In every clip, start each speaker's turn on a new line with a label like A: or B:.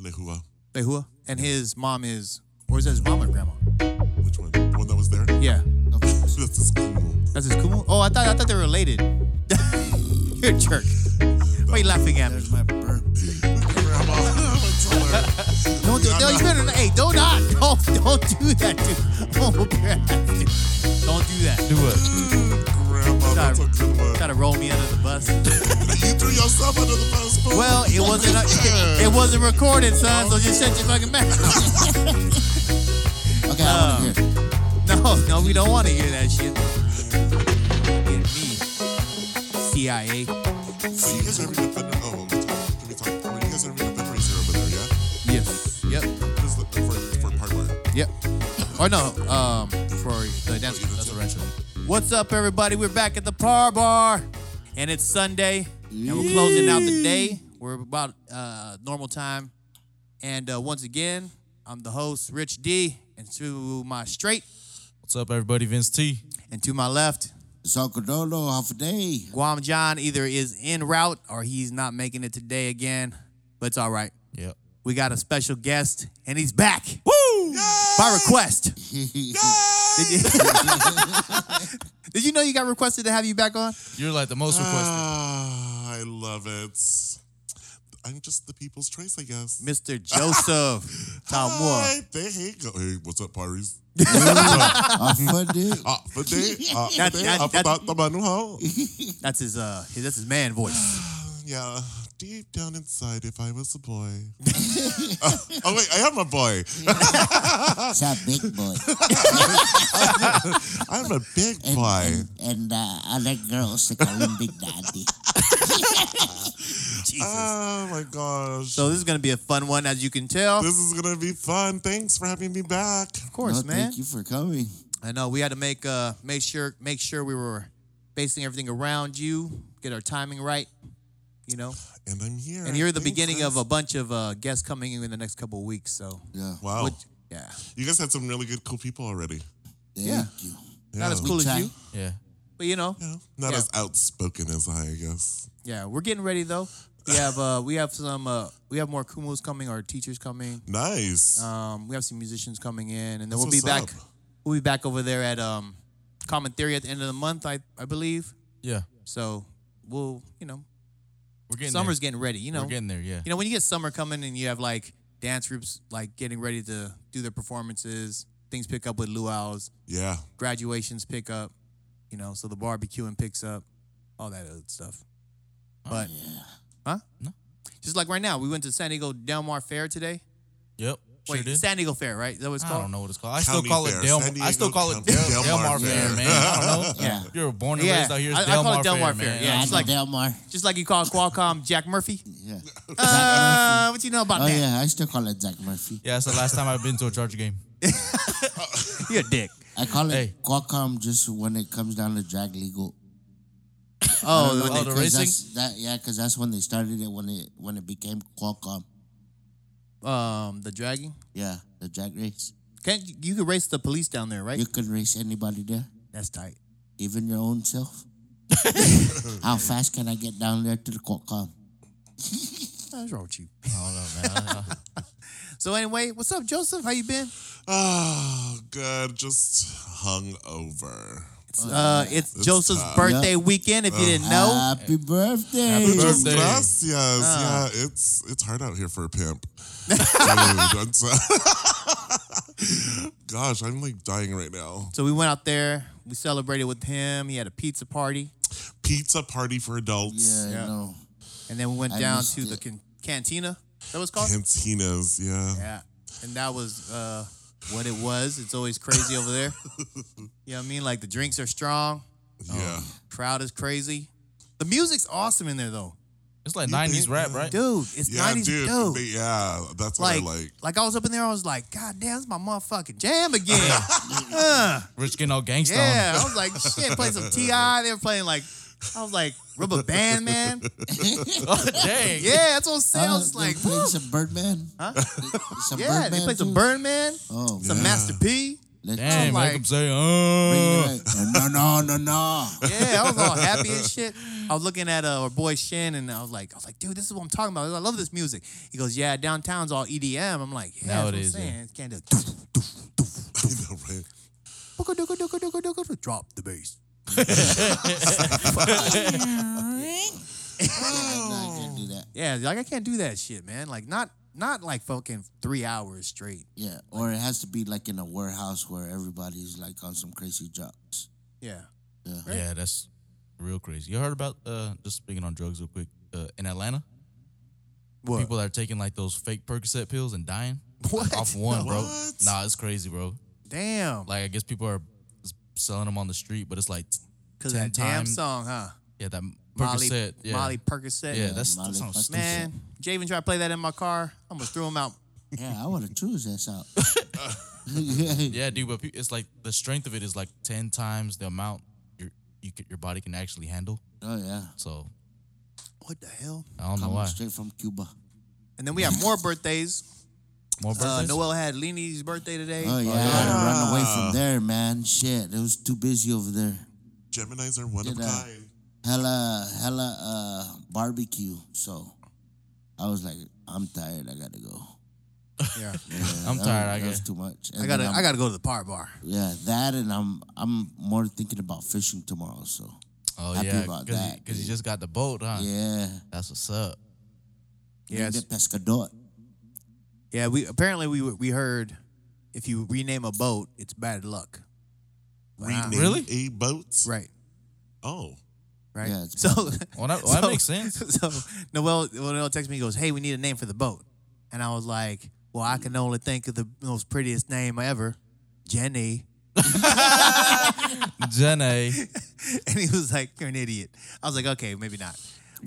A: Lehua.
B: Lehua. And his mom is, or is that his mom or grandma?
A: Which one? The one that was there?
B: Yeah.
A: That's his kumo.
B: That's his kumu? Oh, I thought I thought they were related. You're a jerk. Why are you laughing at me?
C: There's my
A: Grandma.
C: burp.
A: I'm gonna tell her.
B: Don't do no, you better hey, don't not don't don't do that, dude. Oh crap, dude. Don't do that.
D: Do what?
A: Grandma, that's a good one.
B: Try to roll me under the bus.
A: You threw yourself under the bus. fool.
B: Well, it wasn't it, it wasn't recorded, son, so just shut your fucking mouth. Um,
C: Okay, I want to hear. it.
B: No, no, we don't want to hear that shit. Get me. CIA.
A: So you guys ever read Defender? Oh, let's go. Can we talk? Are you guys ever read Defender Zero over there? Yeah.
B: Yes. Yep.
A: This is the, for for part one.
B: Yep. Or no, um, for the dance group. That's the retro. What's up, everybody? We're back at the Par Bar, and it's Sunday, and we're closing out the day. We're about uh, normal time, and uh, once again, I'm the host, Rich D, and to my straight
D: What's up, everybody? Vince T.
B: and to my left,
C: Zocodolo, half a day.
B: Guam John either is en route or he's not making it today again, but it's all right.
D: Yep.
B: We got a special guest, and he's back. Woo! By request. Did you, Did you know you got requested to have you back on?
D: You're like the most
B: Uh,
D: requested.
A: Ah, I love it. I'm just the people's choice, I guess.
B: Mr. Joseph Talmor.
A: Hi, they hate go- Hey, what's up, Paris?
C: Half a day.
A: Ah, for day, ah, for
B: That-
A: day,
B: that-
A: ah, for
B: that-
A: that- the man who how?
B: That's his uh his, that's his man voice.
A: Yeah, deep down inside, if I was a boy. oh wait, I am a boy.
C: It's a big boy.
A: I'm a big
C: And,
A: boy.
C: and, and uh, I like girls to call him Big Daddy.
B: Jesus.
A: Oh my gosh.
B: so this is gonna be a fun one, as you can tell. Of
A: this is gonna be fun. Thanks for having me back.
B: course,
C: no,
B: man.
C: Thank you for coming.
B: I know we had to make uh make sure make sure we were basing everything around you, get our timing right, you know.
A: And I'm here.
B: And you're the
A: Thanks,
B: beginning of a
A: guys.
B: bunch of uh guests coming in in the next couple of weeks. So
C: Yeah.
A: Wow.
B: Would- yeah,
A: You guys had some really good, cool people already.
C: Thank
B: Yeah.
C: you.
B: not as
A: Yeah.
B: cool
C: We
B: as
C: try.
B: you,
D: Yeah.
B: but you know,
A: Yeah. Not
B: Yeah.
A: as outspoken as I, I guess.
B: yeah, we're getting ready though. We have uh we have some uh we have more kumos coming, our teachers coming.
A: Nice.
B: Um, we have some musicians coming in, and then we'll be
A: That's
B: back.
A: what's
B: We'll be back over there at um, Common Theory at the end of the month, I I believe.
D: Yeah.
B: So we'll, you know,
D: We're getting
B: summer's
D: there.
B: getting ready. You know,
D: We're getting there. Yeah.
B: you know when you get summer coming and you have like dance groups like getting ready to do their performances. Things pick up with luau's,
A: yeah.
B: graduations pick up. You know, so the barbecuing picks up, all that other stuff. But
C: Oh,
B: huh?
D: No.
B: Just like right now, we went to San Diego Del Mar Fair today.
D: Yep. Sure
B: Wait,
D: did.
B: San Diego Fair, right? Is that what it's
D: I
B: called?
D: don't know what it's called. I still
A: County
D: call it
A: Fair.
D: Del.
A: San
D: I still
A: Diego
D: call it
A: County-
D: Del,
A: Del
D: Delmar
A: Mar
D: Fair,
A: Fair.
D: man. I don't know.
C: Yeah.
D: You're born and
B: Yeah.
D: raised out here. It's
B: I- I
D: Del
B: call it
D: Mar
B: Del Mar Fair,
D: Fair, man.
B: yeah.
C: I
B: it's
C: know
B: like-
C: Delmar.
B: Just like you call Qualcomm Jack Murphy. Uh, what you know about
C: Oh,
B: that?
C: yeah. I still call it Zach Murphy.
D: Yeah, that's the last time I've been to a Charger game.
B: You're a dick.
C: I call it
D: Hey.
C: Qualcomm just when it comes down to drag legal.
B: Oh,
D: Oh, the
C: 'Cause
D: racing?
C: that's- That, yeah, because that's when they started it when it when it became Qualcomm.
B: um, the dragging.
C: Yeah, the drag race.
B: Can't you- you could race the police down there, right?
C: You could race anybody there,
B: That's tight.
C: even your own self. How fast can I get down there to the Qualcomm?
B: What's wrong with you?
D: I don't know, man.
B: So anyway, what's up, Joseph? How you been?
A: Oh, good. Just hung over.
B: It's, uh, it's Uh-huh.
A: It's
B: Joseph's
A: tough.
B: birthday weekend. If you didn't know,
C: Happy birthday!
D: Happy
A: Just
D: birthday.
A: gracias. Yeah,
D: Ah.
A: it's it's hard out here for a pimp. Dude, I'm so- Gosh, I'm like dying right now.
B: so we went out there. We celebrated with him. He had a pizza party,
A: Pizza party for adults.
C: Yeah,
B: Yeah.
C: I know.
B: and then we went
C: I
B: down
C: missed
B: to the
C: it.
B: can- cantina. That was called.
A: Cantinas, yeah.
B: Yeah, and that was uh, what it was. It's always crazy over there. You know what I mean? Like the drinks are strong.
D: Oh,
A: Yeah.
B: Crowd is crazy. The music's awesome in there though.
D: It's like 90s rap, right?
B: Dude, it's
A: Yeah,
B: 90s
A: dude.
B: dope.
A: they- yeah, that's what
B: Like,
A: I
B: like,
A: like.
B: I was up in there, I was like, God damn, it's my motherfucking jam again. Uh,
D: We're just getting all gangsta
B: yeah. I was like, shit, play some T.I. They were playing like, I was like, rubber band, man.
D: on them. Oh, Dang.
B: Yeah, that's what I'm saying. I
C: Oh,
B: was just
C: they
B: like,
C: played some Birdman.
B: Huh?
C: Some
B: yeah, they
C: Birdman
B: played some
C: too?
B: Burn Man,
C: Oh,
B: some
A: Yeah.
B: Master P.
C: Let's
D: Damn,
B: I'm
D: make
B: like-
D: him say, oh.
C: no, no, no, no.
B: Yeah, I was all happy and shit. I was looking at uh, our boy Shin, and I was like, I was like, dude, this is what I'm talking about. I love this music. He goes, yeah, downtown's all EDM. I'm like, yeah,
D: Now
B: that's
D: it
B: what
D: is,
B: I'm
D: yeah.
B: saying. It's kind of doof, doof, doof,
A: I know, right?
B: dooka, dooka, dooka, dooka, dooka, dooka, drop the bass.
C: No, I can't do that.
B: Yeah, like I can't do that shit, man. Like not not like fucking three hours straight.
C: Yeah, or it has to be like in a warehouse where everybody's like on some crazy drugs.
B: Yeah.
C: Yeah.
D: Yeah, that's real crazy. You heard about, uh, just speaking on drugs real quick, uh, in Atlanta?
B: What?
D: People that are taking like those fake Percocet pills and dying
B: What?
D: off one, bro.
A: What?
D: Nah, it's crazy, bro.
B: Damn.
D: Like I guess people are s- selling them on the street, but it's like
B: Because
D: ten
B: that damn
D: times-
B: song, huh?
D: yeah, that
B: Molly,
D: Percocet, yeah,
B: Molly Percocet.
D: yeah, that's
C: Molly
D: that sounds
C: Percocet.
D: stupid.
B: Man, Javen tried to play that in my car. I almost threw him out.
C: Yeah, I want to choose this out.
D: Yeah, dude, but pe- it's like the strength of it is like ten times the amount your you c- your body can actually handle.
C: Oh, yeah.
D: So
B: What the hell?
D: I don't know
C: Coming
D: why.
C: straight from Cuba.
B: And then we have more birthdays.
D: More
B: Uh,
D: birthdays.
B: Noel had Lini's birthday today.
C: Oh, yeah. I had to run away from there, man. Shit, it was too busy over there.
A: Gemini's are one of
C: Yeah.
A: kind.
C: Hella, hella uh, barbecue. So I was like, I'm tired. I got to go.
B: Yeah.
C: Yeah,
D: I'm
C: that
D: tired,
C: was-
D: I
C: that was
D: guess.
C: too much. And
B: I
C: then
B: gotta
C: I'm-
B: I gotta go to the par bar.
C: Yeah, that and I'm I'm more thinking about fishing tomorrow. So
D: oh
C: happy
D: yeah,
C: about
D: because
C: that,
D: you,
C: dude.
D: just got the boat, huh?
C: yeah,
D: That's what's up.
B: Yeah,
C: the
B: it's-
C: pescador.
B: yeah, we apparently we we heard if you rename a boat, it's bad luck. Wow.
A: Rename
D: Really?
A: A boats.
B: Right.
A: Oh.
B: Right.
C: Yeah, it's
B: so
D: Well, that, well, that
B: So-
D: makes sense.
B: So Noel Noel texts me, he goes, Hey, we need a name for the boat. And I was like, Well, I can only think of the most prettiest name ever, Jenny.
D: Jenny,
B: And he was like, You're an idiot. I was like, Okay, maybe not.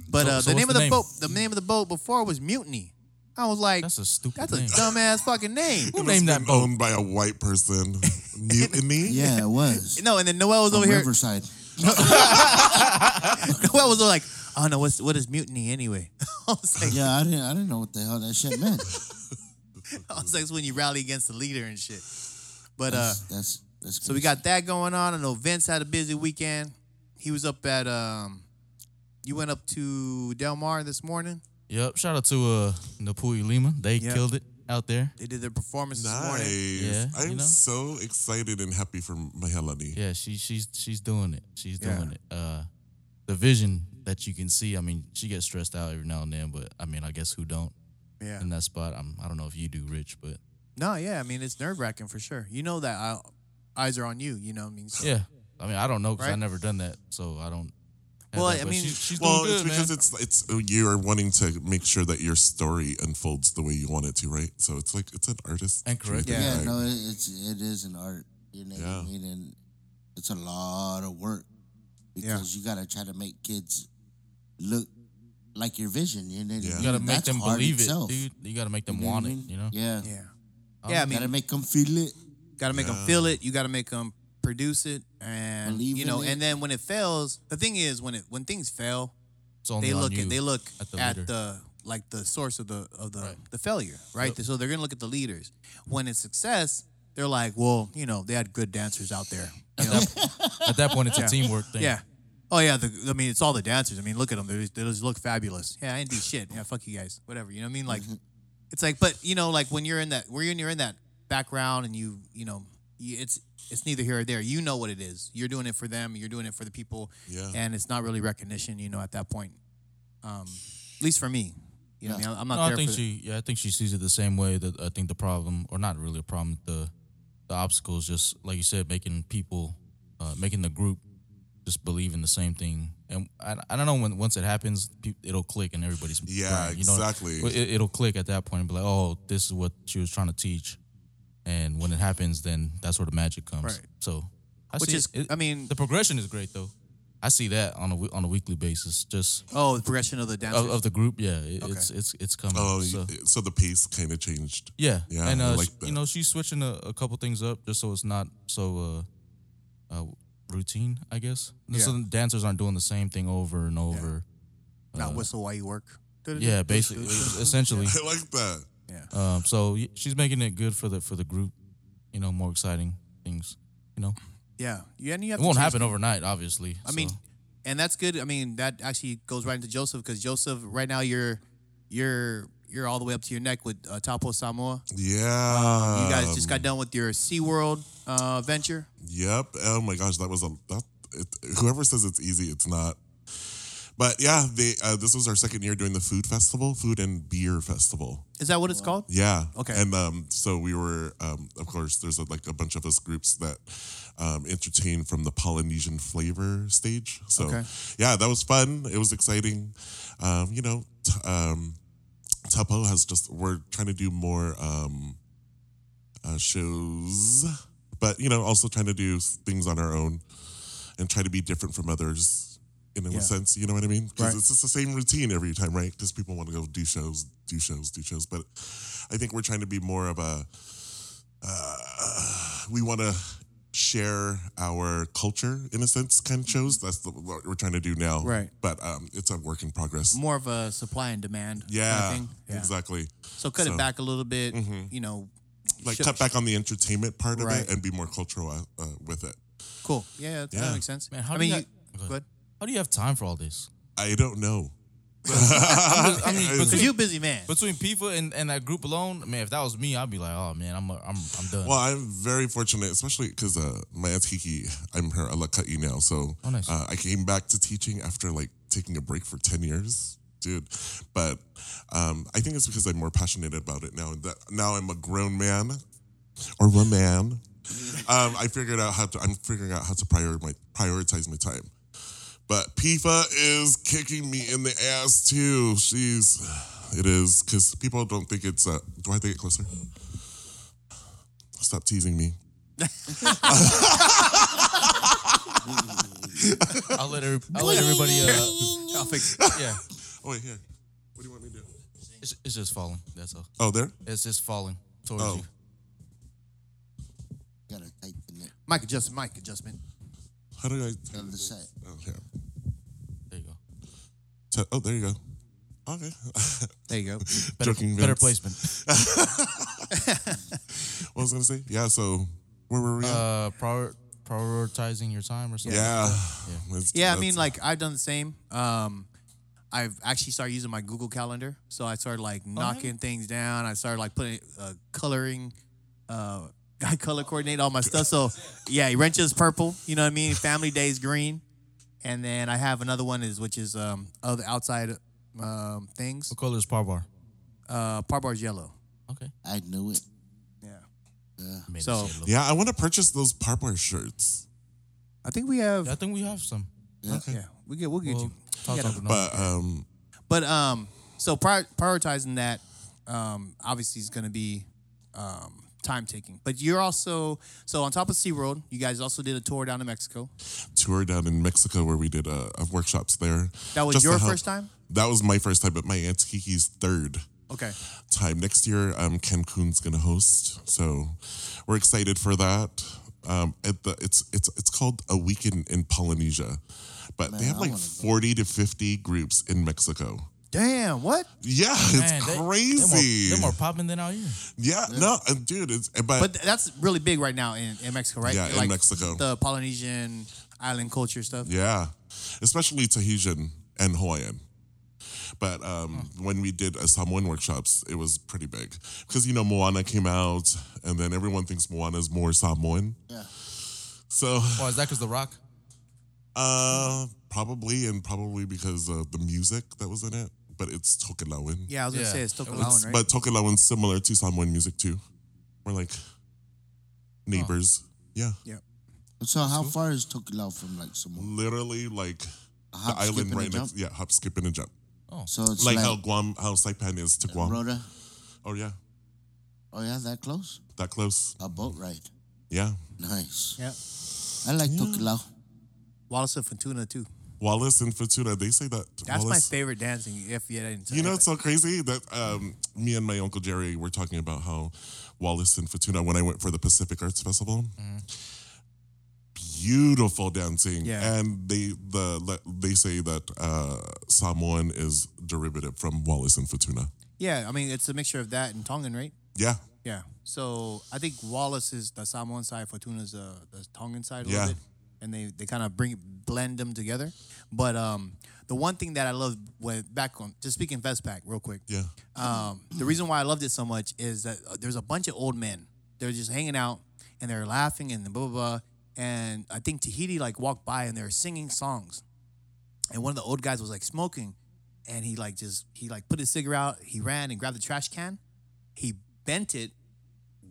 B: But
D: So-
B: uh, the
D: so what's
B: name
D: the
B: of the
D: name?
B: boat the name of the boat before was Mutiny. I was like,
D: that's a stupid
B: That's a
D: name.
B: dumbass fucking name.
D: Who
A: It
D: named
A: must've
D: that
A: been
D: boat?
A: Owned by a white person. Mutiny.
C: Yeah, it was.
B: No, and then Noel was
C: From
B: over here.
C: Riverside.
B: Noel was like, "Oh no, what's what is mutiny anyway?" I was like,
C: Yeah, I didn't I didn't know what the hell that shit meant.
B: I was like, it's when you rally against the leader and shit. But uh,
C: that's that's.
B: so we got that going on. I know Vince had a busy weekend. He was up at um, you went up to Del Mar this morning.
D: Yep. Shout out to uh Napui Lima. They
B: Yeah.
D: killed it out there.
B: They did their performance this
A: Nice.
B: morning.
D: Yeah,
A: I'm
D: you know.
A: so excited and happy for Mahelani.
D: Yeah, she she's she's doing it. She's
B: Yeah.
D: doing it. Uh the vision that you can see, I mean, she gets stressed out every now and then, but I mean, I guess who don't
B: Yeah.
D: in that spot? I'm I don't know if you do, Rich, but
B: No, yeah. I mean, it's nerve wracking for sure. You know that I, eyes are on you. You know, what I mean, so-
D: yeah. I mean, I don't know because
B: Right.
D: I've never done that, so I don't. have
B: Well,
D: that,
B: I
D: but
B: mean-
D: she's, she's
A: Well,
D: doing
A: it's
D: good,
A: because
D: man.
A: it's it's you are wanting to make sure that your story unfolds the way you want it to, right? So it's like it's an artist.
D: And correct.
B: Yeah.
C: Yeah,
A: Right.
C: no, it, it's it is an art. You know what
A: Yeah.
C: I mean? And it's a lot of work because you gotta try to make kids look like your vision. You know, what I
A: Yeah. You
C: mean?
D: You gotta make
C: That's
D: them
C: art
D: believe
C: itself.
D: it, dude. You gotta make them
C: know what I
D: want it.
C: mean?
D: You know.
C: Yeah.
B: yeah, yeah. I mean,
C: gotta make them feel it.
B: Got to make them
A: Yeah.
B: feel it. You got to make them produce it, and
C: Believe
B: you
C: in
B: know.
C: it.
B: And then when it fails, the thing is when it when things fail,
D: It's only
B: they
D: on
B: look
D: you.
B: at they look
D: at
B: at
D: the
B: the,
D: leader.
B: like the source of the of the
D: Right.
B: the failure, right? So they're gonna look at the leaders. When it's success, they're like, well, you know, they had good dancers out there. You know?
D: at that point, it's a teamwork thing.
B: yeah. Oh yeah. The, I mean, it's all the dancers. I mean, look at them. They just, they just look fabulous. Yeah, I didn't do shit. Yeah, fuck you guys. Whatever. You know what I mean? Like, it's like, but you know, like when you're in that, when you're in that background, and you, you know, you, it's it's neither here or there. You know what it is. You're doing it for them. You're doing it for the people,
A: Yeah.
D: Uh-huh.
B: and it's not really recognition. You know, at that point, um, at least for me, you know, what I mean, I'm not
D: No, I
B: there
D: think
B: for. the-
D: she. Yeah, I think she sees it the same way that I think the problem, or not really a problem, the the obstacle is just like you said, making people, uh, making the group just believe in the same thing. And I, I don't know when once it happens, pe- it'll click and everybody's
A: Yeah,
D: brain,
A: exactly.
D: Well, it, it'll click at that point and be like, oh, this is what she was trying to teach. And when it happens, then that's where the magic comes.
B: Right.
D: So, I
B: Which
D: see
B: is,
D: it. It-
B: I mean,
D: the progression is great though. I see that on a we- on a weekly basis, just
B: oh, the progression of the dancers.
D: of, of the group. Yeah, it, it's it's it's coming.
A: Oh,
D: so.
A: so, the pace kind of changed.
D: Yeah,
A: Yeah,
D: and
A: I
D: uh,
A: like
D: sh-
A: that.
D: you know she's switching a, a couple things up just so it's not so uh, uh, routine, I guess. So
B: Yeah.
D: the dancers aren't doing the same thing over and over.
B: not whistle while you work.
D: uh, Yeah, basically, essentially.
A: I like that.
B: Yeah.
D: Um, so y- she's making it good for the for the group, you know, more exciting. things. You know,
B: Yeah. You, and you have to
D: it won't
B: change-
D: happen overnight, obviously.
B: I mean,
D: so.
B: and that's good. I mean, that actually goes right into Joseph because Joseph, right now, you're you're you're all the way up to your neck with uh, Tapo Samoa.
A: Yeah.
B: You guys
A: Um,
B: just got done with your SeaWorld uh, venture.
A: Yep. Oh my gosh, that was a that. It, whoever says it's easy, it's not. But yeah, they uh, this was our second year doing the food festival, food and beer festival.
B: Is that what it's called?
A: Yeah.
B: Okay.
A: And um, so we were, um, of course, there's a, like a bunch of us groups that um, entertain from the Polynesian flavor stage. So
B: Okay.
A: yeah, that was fun. It was exciting. Um, you know, t- um, Tapo has just we're trying to do more um, uh, shows, but you know, also trying to do s- things on our own and try to be different from others. In a
B: Yeah.
A: sense, you know what I mean? Because
B: Right.
A: it's just the same routine every time, right? Because people want to go do shows, do shows, do shows. But I think we're trying to be more of a. Uh, we want to share our culture in a sense, kind of shows. That's the, what we're trying to do now,
B: Mm-hmm. Right.
A: But um, it's a work in progress.
B: More of a supply and demand. kind of
A: Yeah,
B: thing.
A: exactly.
B: So cut it
A: So- mm-hmm.
B: back a little bit. You know,
A: Like
B: sh-
A: cut back on the entertainment part of
B: Right.
A: it and be more cultural uh, uh, with it.
B: Cool. Yeah, that, that
A: Yeah.
B: makes sense.
D: Man, how
B: I
D: do
B: mean,
D: you
B: you,
D: got- Go
B: go ahead.
D: how do you have time for all this?
A: I don't know.
D: I mean,
B: Because
D: between,
B: you busy man.
D: between FIFA and, and that group alone, man, if that was me, I'd be like, oh man, I'm a, I'm I'm done.
A: Well, I'm very fortunate, especially because uh, my aunt Kiki, I'm her alakai now. So
D: Oh, nice.
A: uh, I came back to teaching after like taking a break for 10 years. Dude, but um, I think it's because I'm more passionate about it now. That now I'm a grown man or a man. Um, I figured out how to. I'm figuring out how to prior my, prioritize my time. But PIFA is kicking me in the ass too. She's, it is because people don't think it's. Uh, do I have to get closer? Stop teasing me.
D: I'll let every, I'll let everybody. Uh,
B: I'll fix
D: yeah,
A: Oh wait, here. What do you want me to do?
D: it's, it's just falling. That's all.
A: Oh, there.
D: It's just falling towards
A: Oh.
D: you.
C: Gotta tighten it
B: mic adjustment. Mic adjustment.
A: How do I?
C: on the side.
A: Oh, here.
D: There you go.
A: T- oh, there you go. Okay.
B: There you go.
D: Better,
A: Joking,
D: better
A: Vince.
D: placement.
A: What was I gonna say? Yeah. So where were we? At?
D: Uh, prior, prioritizing your time or something.
A: yeah. It's-
B: Yeah, I
A: that's-
B: mean, like I've done the same. Um, I've actually started using my Google Calendar, so I started like knocking things down. I started like putting uh, coloring. Uh, I color coordinate all my stuff. So yeah, wrenches purple. You know what I mean. Family days green, and then I have another one is which is um other outside um things.
D: What color is par bar?
B: Uh, par bar's yellow.
D: Okay.
C: I knew it.
B: Yeah.
C: Yeah.
D: Made
B: So-
D: us yellow.
A: Yeah, I want to purchase those Parbour shirts,
B: I think we have.
D: I think we have some.
B: Yeah, we get. We'll get
D: We'll
B: you.
D: talk
B: Yeah,
D: about it.
A: but um,
B: But um, so prior, prioritizing that, um, obviously is going to be um time taking. But you're also so on top of SeaWorld, you guys also did a tour down to Mexico.
A: tour down in Mexico where we did uh, uh, workshops there.
B: That was
A: Just to
B: your
A: help-
B: first time.
A: That was my first time, but my aunt Kiki's third.
B: Okay.
A: time next year. Um, Cancun's gonna host, so we're excited for that. Um, at the it's it's it's called a weekend in Polynesia, but they have
C: I
A: like
C: wanna go.
A: forty to fifty groups in Mexico.
B: Damn. What?
A: Yeah,
D: Man,
A: it's
D: they-
A: crazy.
D: They're more, they're more popping than out here.
A: yeah, no, uh, dude, it's but,
B: But th- that's really big right now in, in Mexico, right?
A: Yeah, in Mexico.
B: The Polynesian island culture stuff.
A: yeah, especially Tahitian and Hawaiian. But um, when we did uh, Samoan workshops, it was pretty big because you know Moana came out, and then everyone thinks Moana is more Samoan.
C: Yeah.
A: So
D: Why is that? Cause the Rock.
A: Uh, probably, and probably because of the music that was in it. But it's Tokelauan.
B: Yeah, I was gonna
D: Yeah.
B: say it's
D: It
B: Tokalawan,
D: was-
B: right?
A: But Tokelauan's similar to Samoan music too. We're like neighbors. Yeah.
B: yeah.
C: So how far is Tokelau from like Samoa?
A: Literally like
C: A hop,
A: the
C: skip,
A: island
C: and a
A: right
C: jump?
A: next. Yeah, hop, skip, and a jump.
C: So it's
A: Like,
C: like,
A: how Guam, how Saipan is to Guam.
C: Rota.
A: Oh yeah,
C: Oh yeah, that close?
A: that close.
C: A boat ride.
A: Yeah.
C: Nice.
B: Yeah.
C: I like Tokelau.
B: Wallace of Fortuna too.
A: Wallace and Fortuna, they say that.
B: That's my
A: Wallace,
B: favorite dancing. If you didn't,
A: You know, it's so crazy that um, me and my uncle Jerry were talking about how Wallace and Fortuna, when I went for the Pacific Arts Festival, beautiful dancing,
B: Yeah.
A: and they the le- they say that uh, Samoan is derivative from Wallace and Fortuna.
B: yeah. I mean, it's a mixture of that and Tongan, right?
A: Yeah,
B: Yeah. So I think Wallace is the Samoan side, Fortuna's uh, the Tongan side a
A: Yeah.
B: little bit, and they, they kind of bring blend them together. But um, the one thing that I love with back on just speaking Vestpac real quick.
A: Yeah.
B: Um, the reason why I loved it so much is that uh, there's a bunch of old men. They're just hanging out and they're laughing and blah blah blah. And I think Tahiti like walked by and they're singing songs, and one of the old guys was like smoking, and he like just he like put his cigarette out. He ran and grabbed the trash can. He bent it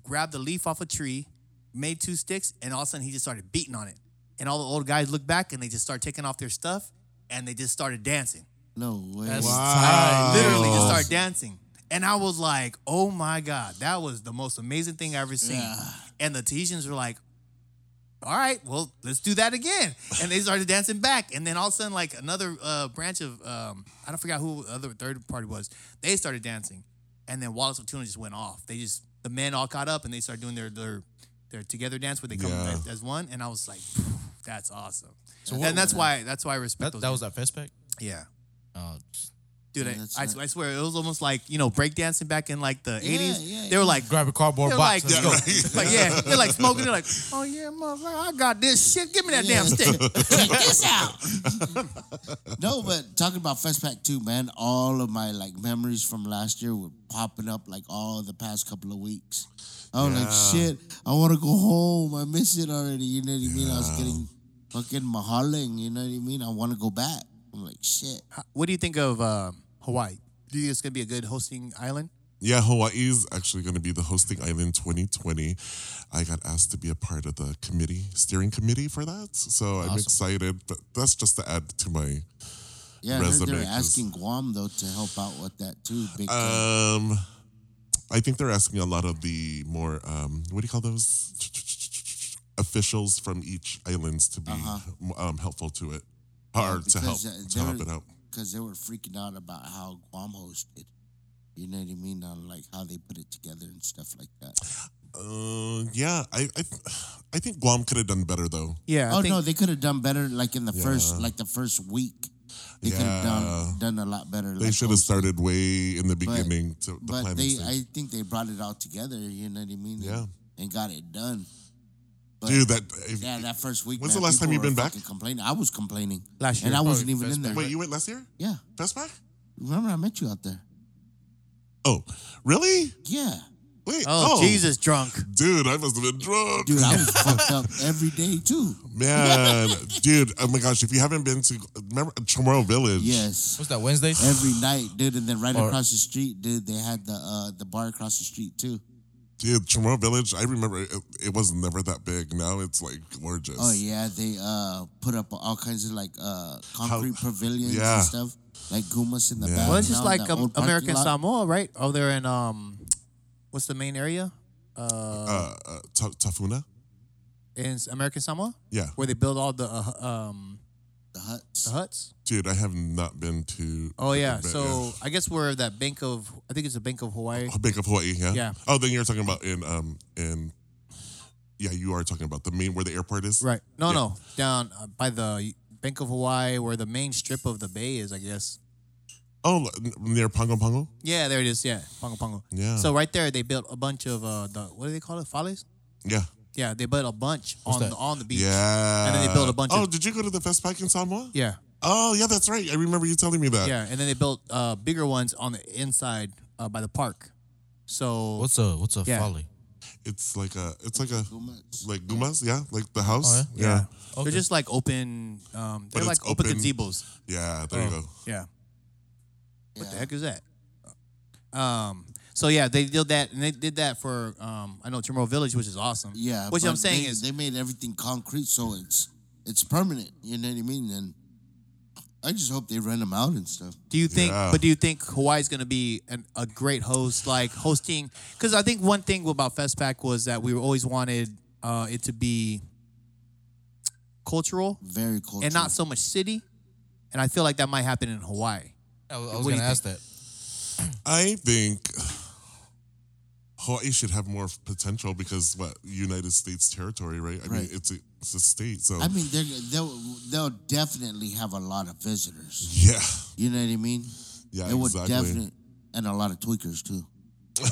B: grabbed the leaf off a tree, made two sticks, and all of a sudden he just started beating on it. And all the old guys looked back and they just started taking off their stuff and they just started dancing.
C: No way.
D: That's
A: Wow.
D: tight.
B: Literally just
A: Oh.
B: started dancing. And I was like, oh my God, that was the most amazing thing I ever seen. And the Tahitians were like, all right, well, let's do that again. And they started dancing back. And then all of a sudden, like another uh, branch of, um, I don't forget who the other third party was, they started dancing. And then Wallace Fortuna just went off. They just, the men all caught up and they started doing their, their, their together dance where they come
A: Yeah.
B: as, as one. And I was like, that's awesome.
D: So
B: and that's why, that's why I respect
D: That,
B: those.
D: that was that fest pack.
B: men. yeah.
D: Uh,
B: Dude, I,
C: Yeah, that's
B: I,
C: right.
B: I swear it was almost like you know breakdancing back in like the
C: Yeah,
B: eighties.
C: yeah,
B: they were
C: yeah.
B: like,
D: grab a cardboard
B: they're
D: box.
B: like,
D: Let's go.
B: like yeah, they're like smoking. They're like, oh yeah, motherfucker, I got this shit. Give me that damn stick.
C: Check this out. no, but talking about Fest Pack too, man. All of my like memories from last year were popping up like all the past couple of weeks. I was like, shit, I want to go home. I miss it already. You know what I mean? I was getting fucking mahaling. You know what I mean? I want to go back. I'm like, shit.
B: What do you think of um, Hawaii? Do you think it's gonna be a good hosting island?
A: Yeah, Hawaii is actually going to be the hosting island 2020. I got asked to be a part of the committee, steering committee for that. So I'm excited, but that's just to add to my
C: Yeah, I heard they
A: Resume,
C: were
A: 'cause-
C: asking Guam though to help out with that too. Big time.
A: Um, I think they're asking a lot of the more um, what do you call those officials from each islands to be um, helpful to it, or to help
C: Uh-huh. because, uh,
A: to help
C: they're-
A: it out.
C: because they were freaking out about how Guam hosted. You know what I mean? On like how they put it together and stuff like that.
A: Uh, yeah, I I, th- I think Guam could have done better though.
B: Yeah.
C: oh no, they could have done better. Like in the first,
A: Yeah.
C: like the first week, they could have
A: Yeah.
C: done done a lot better.
A: They
C: like,
A: should have
C: hosting.
A: started way in the beginning to the
C: But
A: planning
C: they,
A: stage.
C: I think they brought it all together. You know what I mean?
A: Yeah.
C: and got it done. But
A: Dude, that if,
C: yeah, that first week.
A: When's
C: man,
A: the last time
C: people
A: you've
C: were
A: been back?
C: fucking Complaining. I was complaining
B: Last
C: and
B: year.
C: I wasn't
D: Probably
C: even
D: best
C: in there.
D: back.
A: wait, you went last year?
C: Yeah,
A: Best Buy?
C: remember I met you out there?
A: Oh, really?
C: Yeah,
A: Wait.
B: Oh, Jesus, drunk.
A: dude, I must have been drunk.
C: dude, I was fucked up every day too.
A: Man, dude, oh my gosh! If you haven't been to remember Chamorro Village,
C: Yes.
D: What's that Wednesday?
C: Every night, dude, and then right
D: Or-
C: across the street, dude, they had the uh, the bar across the street too.
A: dude, Chamorro Village. I remember it, it was never that big. Now it's like gorgeous.
C: Oh yeah, they uh put up all kinds of like uh concrete pavilions
A: yeah.
C: and stuff, like gumas in the
A: Yeah.
C: back.
B: Well, it's
C: and
B: just
C: all
B: like
C: that
B: um,
C: old parking
B: American
C: lot.
B: Samoa, right? Oh, they're in um, what's the main area? Uh,
A: Uh, uh, Ta- Tafuna.
B: in American Samoa,
A: Yeah,
B: where they build all the uh, um
C: The huts.
B: the huts.
A: dude, I have not been to.
B: Oh yeah,
A: but,
B: so I guess we're that Bank of I think it's the Bank of Hawaii.
A: yeah. Bank of Hawaii. Yeah.
B: Yeah.
A: Oh, then you're talking about in um in. Yeah, you are talking about the main where the airport is.
B: Right. No,
A: Yeah.
B: no, down uh, by the Bank of Hawaii, where the main strip of the bay is, I guess.
A: Oh, n- near Pango Pango.
B: Yeah, there it is. Yeah, Pongo Pongo.
A: Yeah.
B: So right there, they built a bunch of uh, the what do they call it? Fales.
A: Yeah.
B: Yeah, they built a bunch on
D: that?
B: the on the beach.
A: Yeah.
B: And then they built a bunch
A: Oh,
B: of-
A: did you go to the Fest Pack in Samoa?
B: yeah,
A: Oh, yeah, that's right. I remember you telling me that.
B: yeah. And then they built uh, bigger ones on the inside uh, by the park. So
D: What's a what's a
B: Yeah.
D: folly?
A: It's like a. It's like a.
C: Gumas.
A: like gumas, yeah, like the house.
D: Oh,
A: yeah.
D: Okay.
B: they're just like open. Um, they're
A: it's
B: like open,
A: open.
B: gazebos.
A: yeah, there you
D: Oh.
A: go.
B: Yeah. What the
C: Yeah.
B: heck is that? Um. So yeah, they did that, and they did that for um. I know Chamorro Village, which is awesome.
C: Yeah.
B: Which I'm
C: but
B: saying
C: they,
B: is,
C: they made everything concrete, so it's it's permanent. You know what I mean? And I just hope they rent them out and stuff.
B: do you think?
A: Yeah.
B: But do you think Hawaii's going to be an, a great host, like hosting? Because I think one thing about Festpac was that we were always wanted uh, it to be cultural
C: Very cool.
B: and not so much city, and I feel like that might happen in Hawaii.
D: I was, I
B: What
D: was
B: do you
D: gonna ask that.
A: I think Hawaii should have more potential because what United States territory, right? I mean,
C: Right.
A: it's a, it's a state, so
C: I mean, they're, they'll they'll definitely have a lot of visitors.
A: yeah,
C: You know what I mean?
A: yeah,
C: it would
A: exactly.
C: definitely, and a lot of tweakers too.
A: but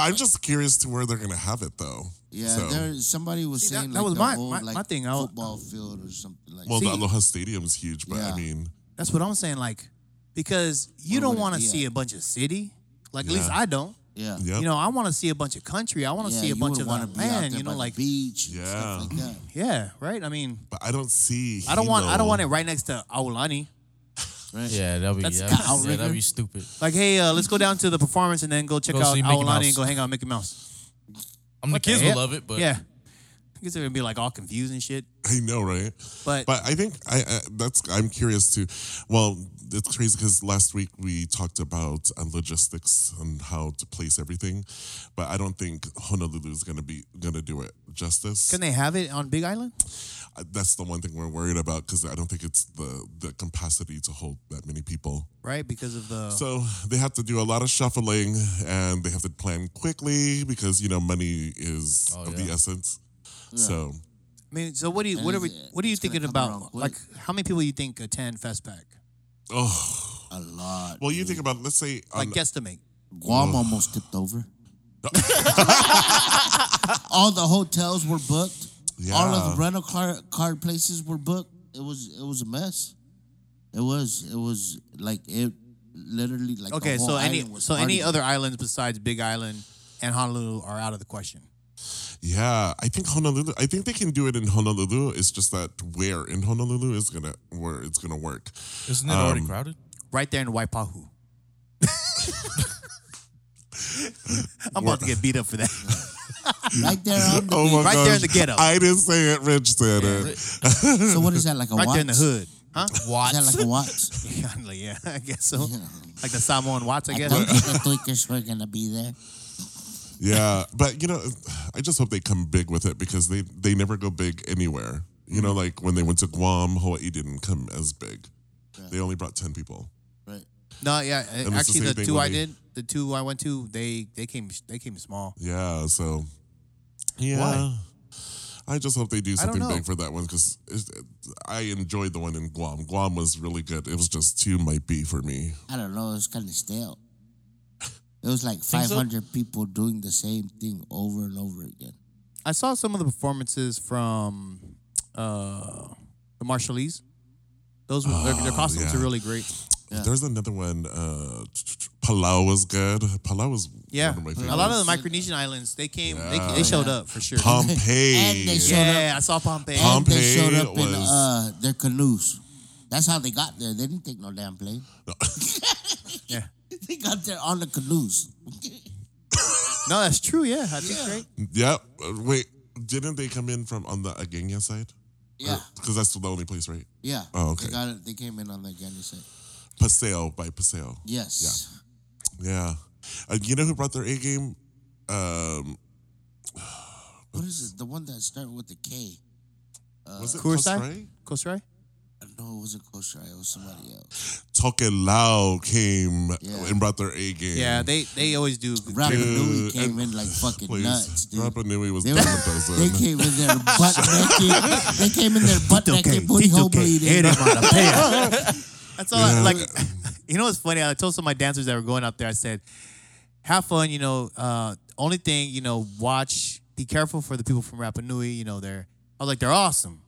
A: I'm just curious to where they're gonna have it though.
C: Yeah,
A: So-
C: there somebody was
B: See, that-
C: saying
B: that
C: like
B: was
C: the
B: my-
C: old
B: my-
C: like
B: my thing, I was-
C: football field or something like
A: Well,
B: See-
A: the Aloha Stadium's huge, but I
C: Yeah.
A: mean,
B: That's what I'm saying. Like, because you
C: Where
B: don't
C: would it
B: want to
C: be
B: see
C: at?
B: a bunch of city. Like at
A: Yeah.
B: least I don't.
C: yeah.
A: yeah,
B: Uh, You know, I want to see a bunch of country. I want to
C: Yeah,
B: see a
C: you
B: bunch
C: would
B: of
C: wanna
B: the
C: be out
B: land.
C: there
B: You
C: by
B: know,
C: the
B: like
C: beach, and
A: Yeah.
C: stuff like that.
B: yeah, right. I mean,
A: but I don't see.
B: I don't want I
A: Hilo.
B: don't want it right next to Aulani.
C: Right.
D: Yeah, that'd be
B: That's
D: yeah,
B: kinda
D: yeah, that'd
B: outrigger.
D: be stupid.
B: Like, hey, uh, let's go down to the performance and then go check
D: Go
B: out
D: see Mickey
B: Aulani
D: Mouse.
B: and go hang out with Mickey Mouse.
D: I mean, the
B: What
D: kids
B: the
D: will
B: hell?
D: love it, but
B: yeah, I guess they're gonna be like all confused and shit.
A: I know, right?
B: But,
A: But I think I, I that's I'm curious too. Well, it's crazy because last week we talked about uh, logistics and how to place everything, but I don't think Honolulu is gonna be gonna do it justice.
B: can they have it on Big Island?
A: I- that's the one thing we're worried about because I don't think it's the the capacity to hold that many people.
B: Right, because of
D: Oh.
B: the
A: So they have to do a lot of shuffling and they have to plan quickly because you know money is
D: Oh,
A: of the
D: yeah.
A: essence. So
B: I mean, so what do you what are
C: And
B: we
C: it's-
B: what are you
C: it's
B: thinking
C: gonna come around
B: about? Like,
C: quick.
B: how many people you think attend Festpac?
A: oh
C: A lot.
A: well, you think about let's say
B: Like,
A: on-
B: guesstimate.
C: Guam almost tipped over. All the hotels were booked. All of
A: Yeah.
C: the rental car car places were booked. It was it was a mess. It was it was like it literally like the
B: Okay,
C: whole
B: so any
C: island was
B: so any
C: partying.
B: other islands besides Big Island and Honolulu are out of the question.
A: yeah, I think Honolulu. I think they can do it in Honolulu. It's just that where in Honolulu is gonna where it's gonna work.
D: isn't it already
A: Um,
D: crowded?
B: Right there in Waipahu. I'm about to get beat up for that.
C: right there on the
A: Oh my
B: Right there
A: gosh.
B: in the ghetto.
A: I didn't say it. Rich said it.
C: so what is that like a
B: Right
C: watch?
B: there in the hood. Huh?
D: What?
C: Is that like a watch?
B: Kinda, yeah, I guess so.
C: Yeah.
B: Like the Samoan Watts, I
C: I
B: guess.
C: don't think the tweakers were gonna be there.
A: Yeah, but you know, I just hope they come big with it because they they never go big anywhere. You
B: Mm-hmm.
A: know, like when they went to Guam, Hawaii didn't come as big. They only brought ten people.
C: Right.
B: No, yeah.
A: it's the
B: Actually,
A: same
B: the,
A: thing
B: two
A: with
B: I
A: me.
B: did, the two I went to, they they came they came small.
A: Yeah, so yeah.
B: Why?
A: I just hope they do
B: I don't
A: something
B: know.
A: big for that one because I enjoyed the one in Guam. Guam was really good. It was just too might be for me.
C: I don't know. It was kind of stale. It was like 500 people doing the same thing over and over again.
B: I saw some of the performances from uh the Marshallese. Those were, their, their
A: Oh,
B: costumes
A: yeah.
B: are really great.
C: Yeah.
A: There's another one. Uh, Palau was good. Palau was
B: Yeah,
A: one of my
B: a lot of the
A: favorites.
B: Micronesian islands they came, they,
A: Yeah.
B: they showed up for sure.
A: Pompeii.
C: And they showed
B: yeah, I saw Pompeii.
A: Pom-
C: And they showed
A: Pompeii
C: up in
A: was-
C: uh, their canoes. That's how they got there. They didn't take no damn plane.
B: yeah.
C: They got there on the canoes.
B: No, that's true. Yeah, I think right.
A: Yep. Uh, Wait, didn't they come in from on the Agenya side?
C: Yeah,
A: Because that's the only place, right?
C: yeah.
A: Oh, okay.
C: They got it. They came in on the Ghana side.
A: Paseo by Paseo.
C: Yes.
A: Yeah. Uh, you know who brought their A game? Um,
C: What is it? The one that started with the K.
A: was it
B: Kurosai?
A: Kosurai?
B: Kosrai?
C: No, it wasn't Koshrai. It was somebody else.
A: Tokelau came
C: Yeah.
A: and brought their A game.
B: Yeah, they they always do.
C: Rapa Nui
A: Dude,
C: came
A: and-
C: in like fucking
A: Please.
C: nuts, dude.
A: Rapa Nui was
C: They
A: done
C: were-
A: with those.
C: They
A: then.
C: came in there butt naked. They came in there butt naked, booty hole bleeding. Oh,
B: That's all. I, like, you know what's funny? I told some of my dancers that were going out there. I said, "Have fun." You know, uh, only thing you know, watch. Be careful for the people from Rapa Nui. You know, they're. I was like, they're awesome,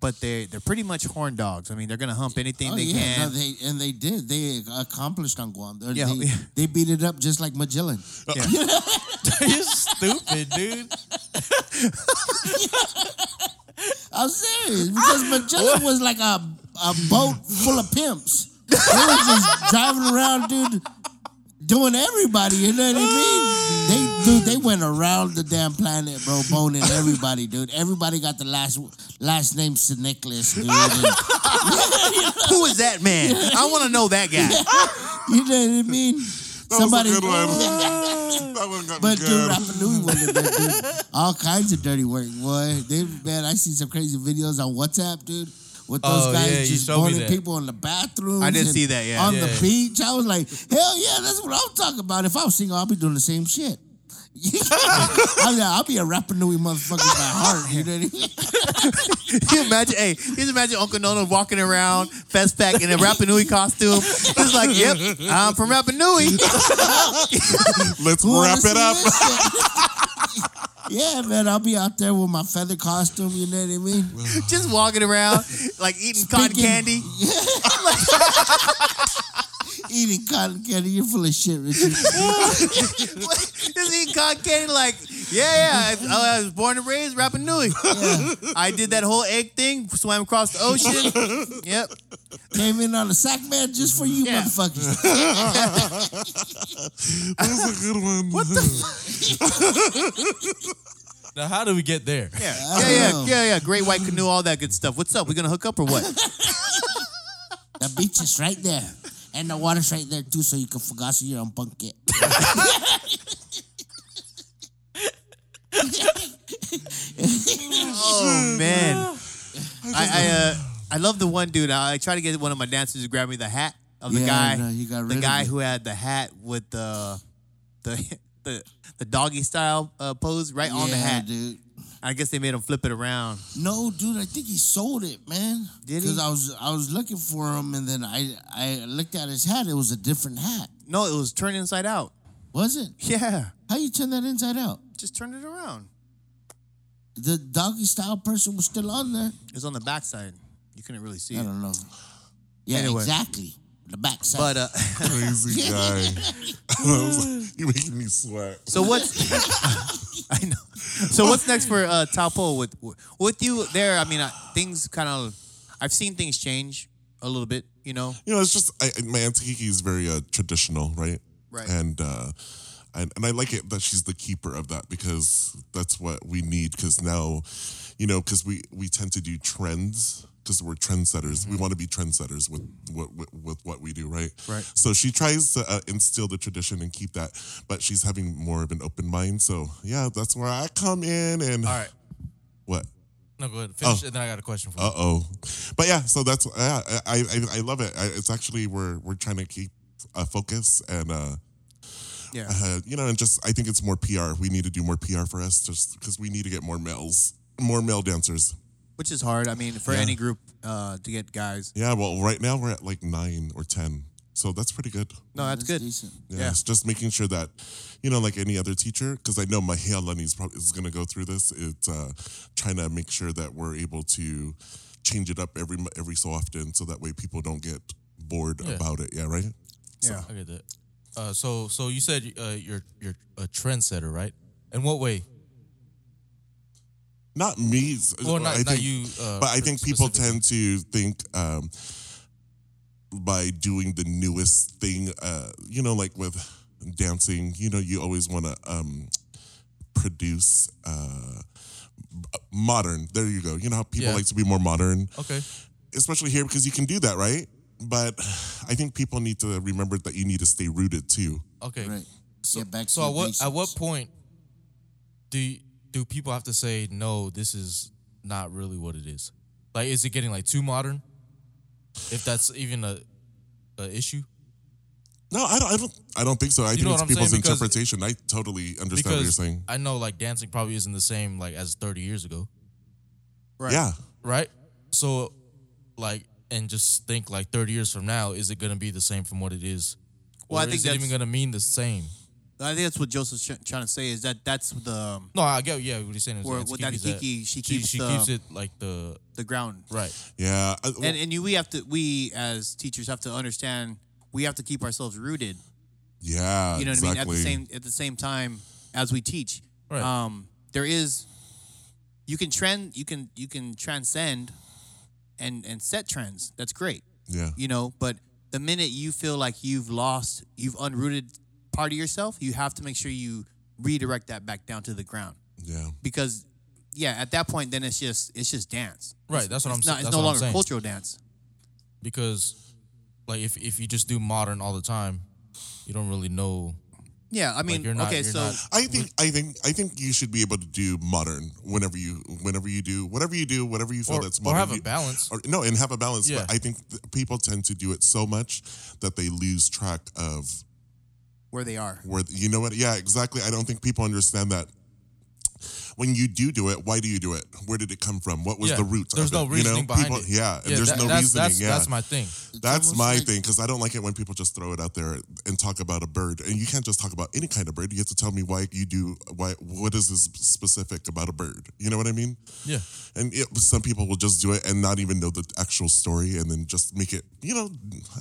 B: but they they're pretty much horn dogs. I mean, they're gonna hump anything
C: Oh
B: they
C: yeah, no,
B: can.
C: they and they did. They accomplished on Guam. They,
B: Yeah,
C: they,
B: yeah.
C: they beat it up just like Magellan.
D: You're stupid, dude.
C: I'm serious because Magellan was like a a boat full of pimps. They was just driving around, dude, doing everybody. You know what I mean? They dude, they went around the damn planet, bro, boning everybody, dude. Everybody got the last last name Siniclis, dude. and-
B: Who is that man? I want to know that guy.
C: You know what I mean?
A: That was a good one. that one got
C: But
A: me
C: dude,
A: good.
C: Rapa Nui was in there, dude. All kinds of dirty work, boy. They man, I see some crazy videos on WhatsApp, dude. With those
D: Oh,
C: guys
D: yeah, you
C: just
D: showed me
C: boning
D: that.
C: people in the bathroom.
B: I did see that, yeah.
C: On the
D: Yeah.
C: beach. I was like, hell yeah, that's what I'm talking about. If I'm single, I'll be doing the same shit. I mean, I'll be a rapper Nui motherfucker by heart. You know what I mean?
B: you imagine, hey, just imagine Uncle Nono walking around Fest Pack in a Rapa Nui costume. Just like, yep, I'm from Rapa Nui.
A: Let's
C: Who
A: wrap
C: wants
A: it
C: to
A: up.
C: listen? yeah, man, I'll be out there with my feather costume. You know what I mean?
B: just walking around, like eating cotton
C: Speaking-
B: candy.
C: Eating cotton candy. You're full of shit, Richard.
B: just eating cotton candy, like, yeah, yeah, I, I was born and raised Rapa Nui.
C: Yeah.
B: I did that whole egg thing, swam across the ocean. Yep.
C: Came in on a sack man just for you,
B: Yeah.
C: motherfuckers.
A: That's a good one. What the
D: Now, how do we get there?
B: Yeah.
C: I
B: Yeah, yeah,
C: don't know.
B: yeah, yeah. Great white canoe, all that good stuff. What's up? We gonna hook up or what?
C: The beach is right there. And the water's right there too, so you can fugasso your own bucket.
B: Oh man. I I, uh, I love the one dude. I, I tried to get one of my dancers to grab me the hat of the
C: Yeah,
B: guy,
C: no, you got rid
B: the
C: of
B: guy
C: it.
B: who had the hat with the the the, the doggy style uh, pose right on the
C: Yeah,
B: hat.
C: dude.
B: I guess they made him flip it around.
C: No, dude, I think he sold it, man.
B: Did he?
C: Because I was I was looking for him, and then I I looked at his hat. It was a different hat,
B: No, it was turned inside out.
C: was it?
B: Yeah,
C: How you turn that inside out?
B: just turned it around.
C: The doggy style person was still on there.
B: It was on the backside. You couldn't really see
C: I
B: it.
C: don't know. Yeah,
B: Anyway.
C: exactly. The backside.
B: But uh,
A: crazy guy? I was like, You're making me sweat.
B: so what's I know. So what's next for uh, Taupo with with you there? I mean, uh, things kind of I've seen things change a little bit. You know,
A: You know, it's just I, my auntie Kiki is very uh, traditional, right?
B: Right.
A: And uh, and and I like it that she's the keeper of that because that's what we need. Because now, you know, because we we tend to do trends because we're trendsetters. We want to be trendsetters with what with, with what we do, right?
B: Right.
A: So she tries to uh, instill the tradition and keep that, but she's having more of an open mind. So yeah, that's where I come in. And
D: All right.
A: what?
D: No, go ahead. Finish, and then I got a question for you.
A: Uh oh, but yeah. So that's yeah, I, I I love it. I, it's actually we're we're trying to keep a focus and uh,
B: yeah.
A: uh you know and just I think it's more PR. We need to do more PR for us just because we need to get more males, more male dancers.
B: which is hard. I mean, for any group uh, to get guys.
A: Yeah. Well, right now we're at like nine or ten, so that's pretty good.
B: No, that's, good.
C: Decent.
A: Yeah,
B: Yeah.
A: it's just making sure that, you know, like any other teacher, because I know Mahia Lenny is probably is going to go through this. It's uh, trying to make sure that we're able to change it up every mo- every so often, so that way people don't get bored
D: Yeah.
A: about it. Yeah, right.
B: Yeah.
D: I get that. Uh, so, so you said uh, you're you're a trendsetter, right? In what way?
A: Not me. s-
D: Well, not,
A: I think,
D: not you. Uh,
A: But I
D: spe-
A: think people
D: specifically.
A: tend to think um, by doing the newest thing, uh, you know, like with dancing, you know, you always want to um, produce uh, b- modern. There you go. You know how people
D: Yeah.
A: like to be more modern,
D: Okay.
A: especially here because you can do that, right? But I think people need to remember that you need to stay rooted too.
D: Okay.
C: Right. Get back
D: So
C: to
D: at
C: the
D: what at what
C: basics.
D: point do you- do people have to say no? This is not really what it is. Like, is it getting like too modern? If that's even a, a issue,
A: No, I don't. I don't. I don't think so. I think
D: know
A: it's
D: what I'm
A: people's
D: saying? Because-
A: interpretation. I totally understand what you're
D: because
A: saying.
D: I know like dancing probably isn't the same like as 30 years ago,
B: Right.
A: Yeah.
D: right? So, like, and just think like 30 years from now, is it gonna be the same from what it is?
B: Well, I
D: Or
B: think
D: is it even
B: that's-
D: gonna mean the same?
B: I think that's what Joseph's tr- trying to say is that that's the um,
D: No, I get yeah what he's saying. is
B: Or
D: it's
B: with that
D: keeps
B: Kiki, she keeps um,
D: she,
B: the-
D: keeps it like the
B: the ground.
D: right.
A: Yeah. I-
B: And and you we have to we as teachers have to understand we have to keep ourselves rooted.
A: yeah.
B: You know what
A: exactly.
B: I mean? At the same at the same time as we teach.
D: Right.
B: Um there is you can trend you can you can transcend and and set trends. That's great.
A: Yeah.
B: you know but the minute you feel like you've lost you've unrooted part of yourself you have to make sure you redirect that back down to the ground
A: Yeah.
B: because yeah at that point then it's just it's just dance
D: Right, that's what I'm
B: it's,
D: sa-
B: not, it's
D: that's
B: no
D: what I'm
B: longer
D: saying.
B: cultural dance
D: because like if if you just do modern all the time, you don't really know.
B: yeah i mean
D: you're not-
B: okay
D: you're
B: so
D: not-
A: I think I think I think you should be able to do modern whenever you whenever you do whatever you do whatever you feel
D: Or-
A: that's
D: or
A: modern.
D: have
A: you-
D: a balance.
A: Or, no, and have a balance.
D: Yeah.
A: But I think th- people tend to do it so much that they lose track of
B: where they are.
A: where you know what yeah exactly i don't think people understand that when you do do it why do you do it where did it come from what was
D: Yeah,
A: the root
D: There's
A: of
D: no
A: it,
D: reasoning
A: you know
D: behind
A: people,
D: it.
A: yeah, and there's
D: that-
A: no
D: that's,
A: reasoning
D: That's,
A: yeah
D: that's my thing.
A: That's
C: almost
A: my
C: like-
A: thing because I don't like it when people just throw it out there and talk about a bird. And you can't just talk about any kind of bird. You have to tell me why you do why. What is this specific about a bird? You know what I mean?
D: Yeah.
A: And it, some people will just do it and not even know the actual story, and then just make it. You know,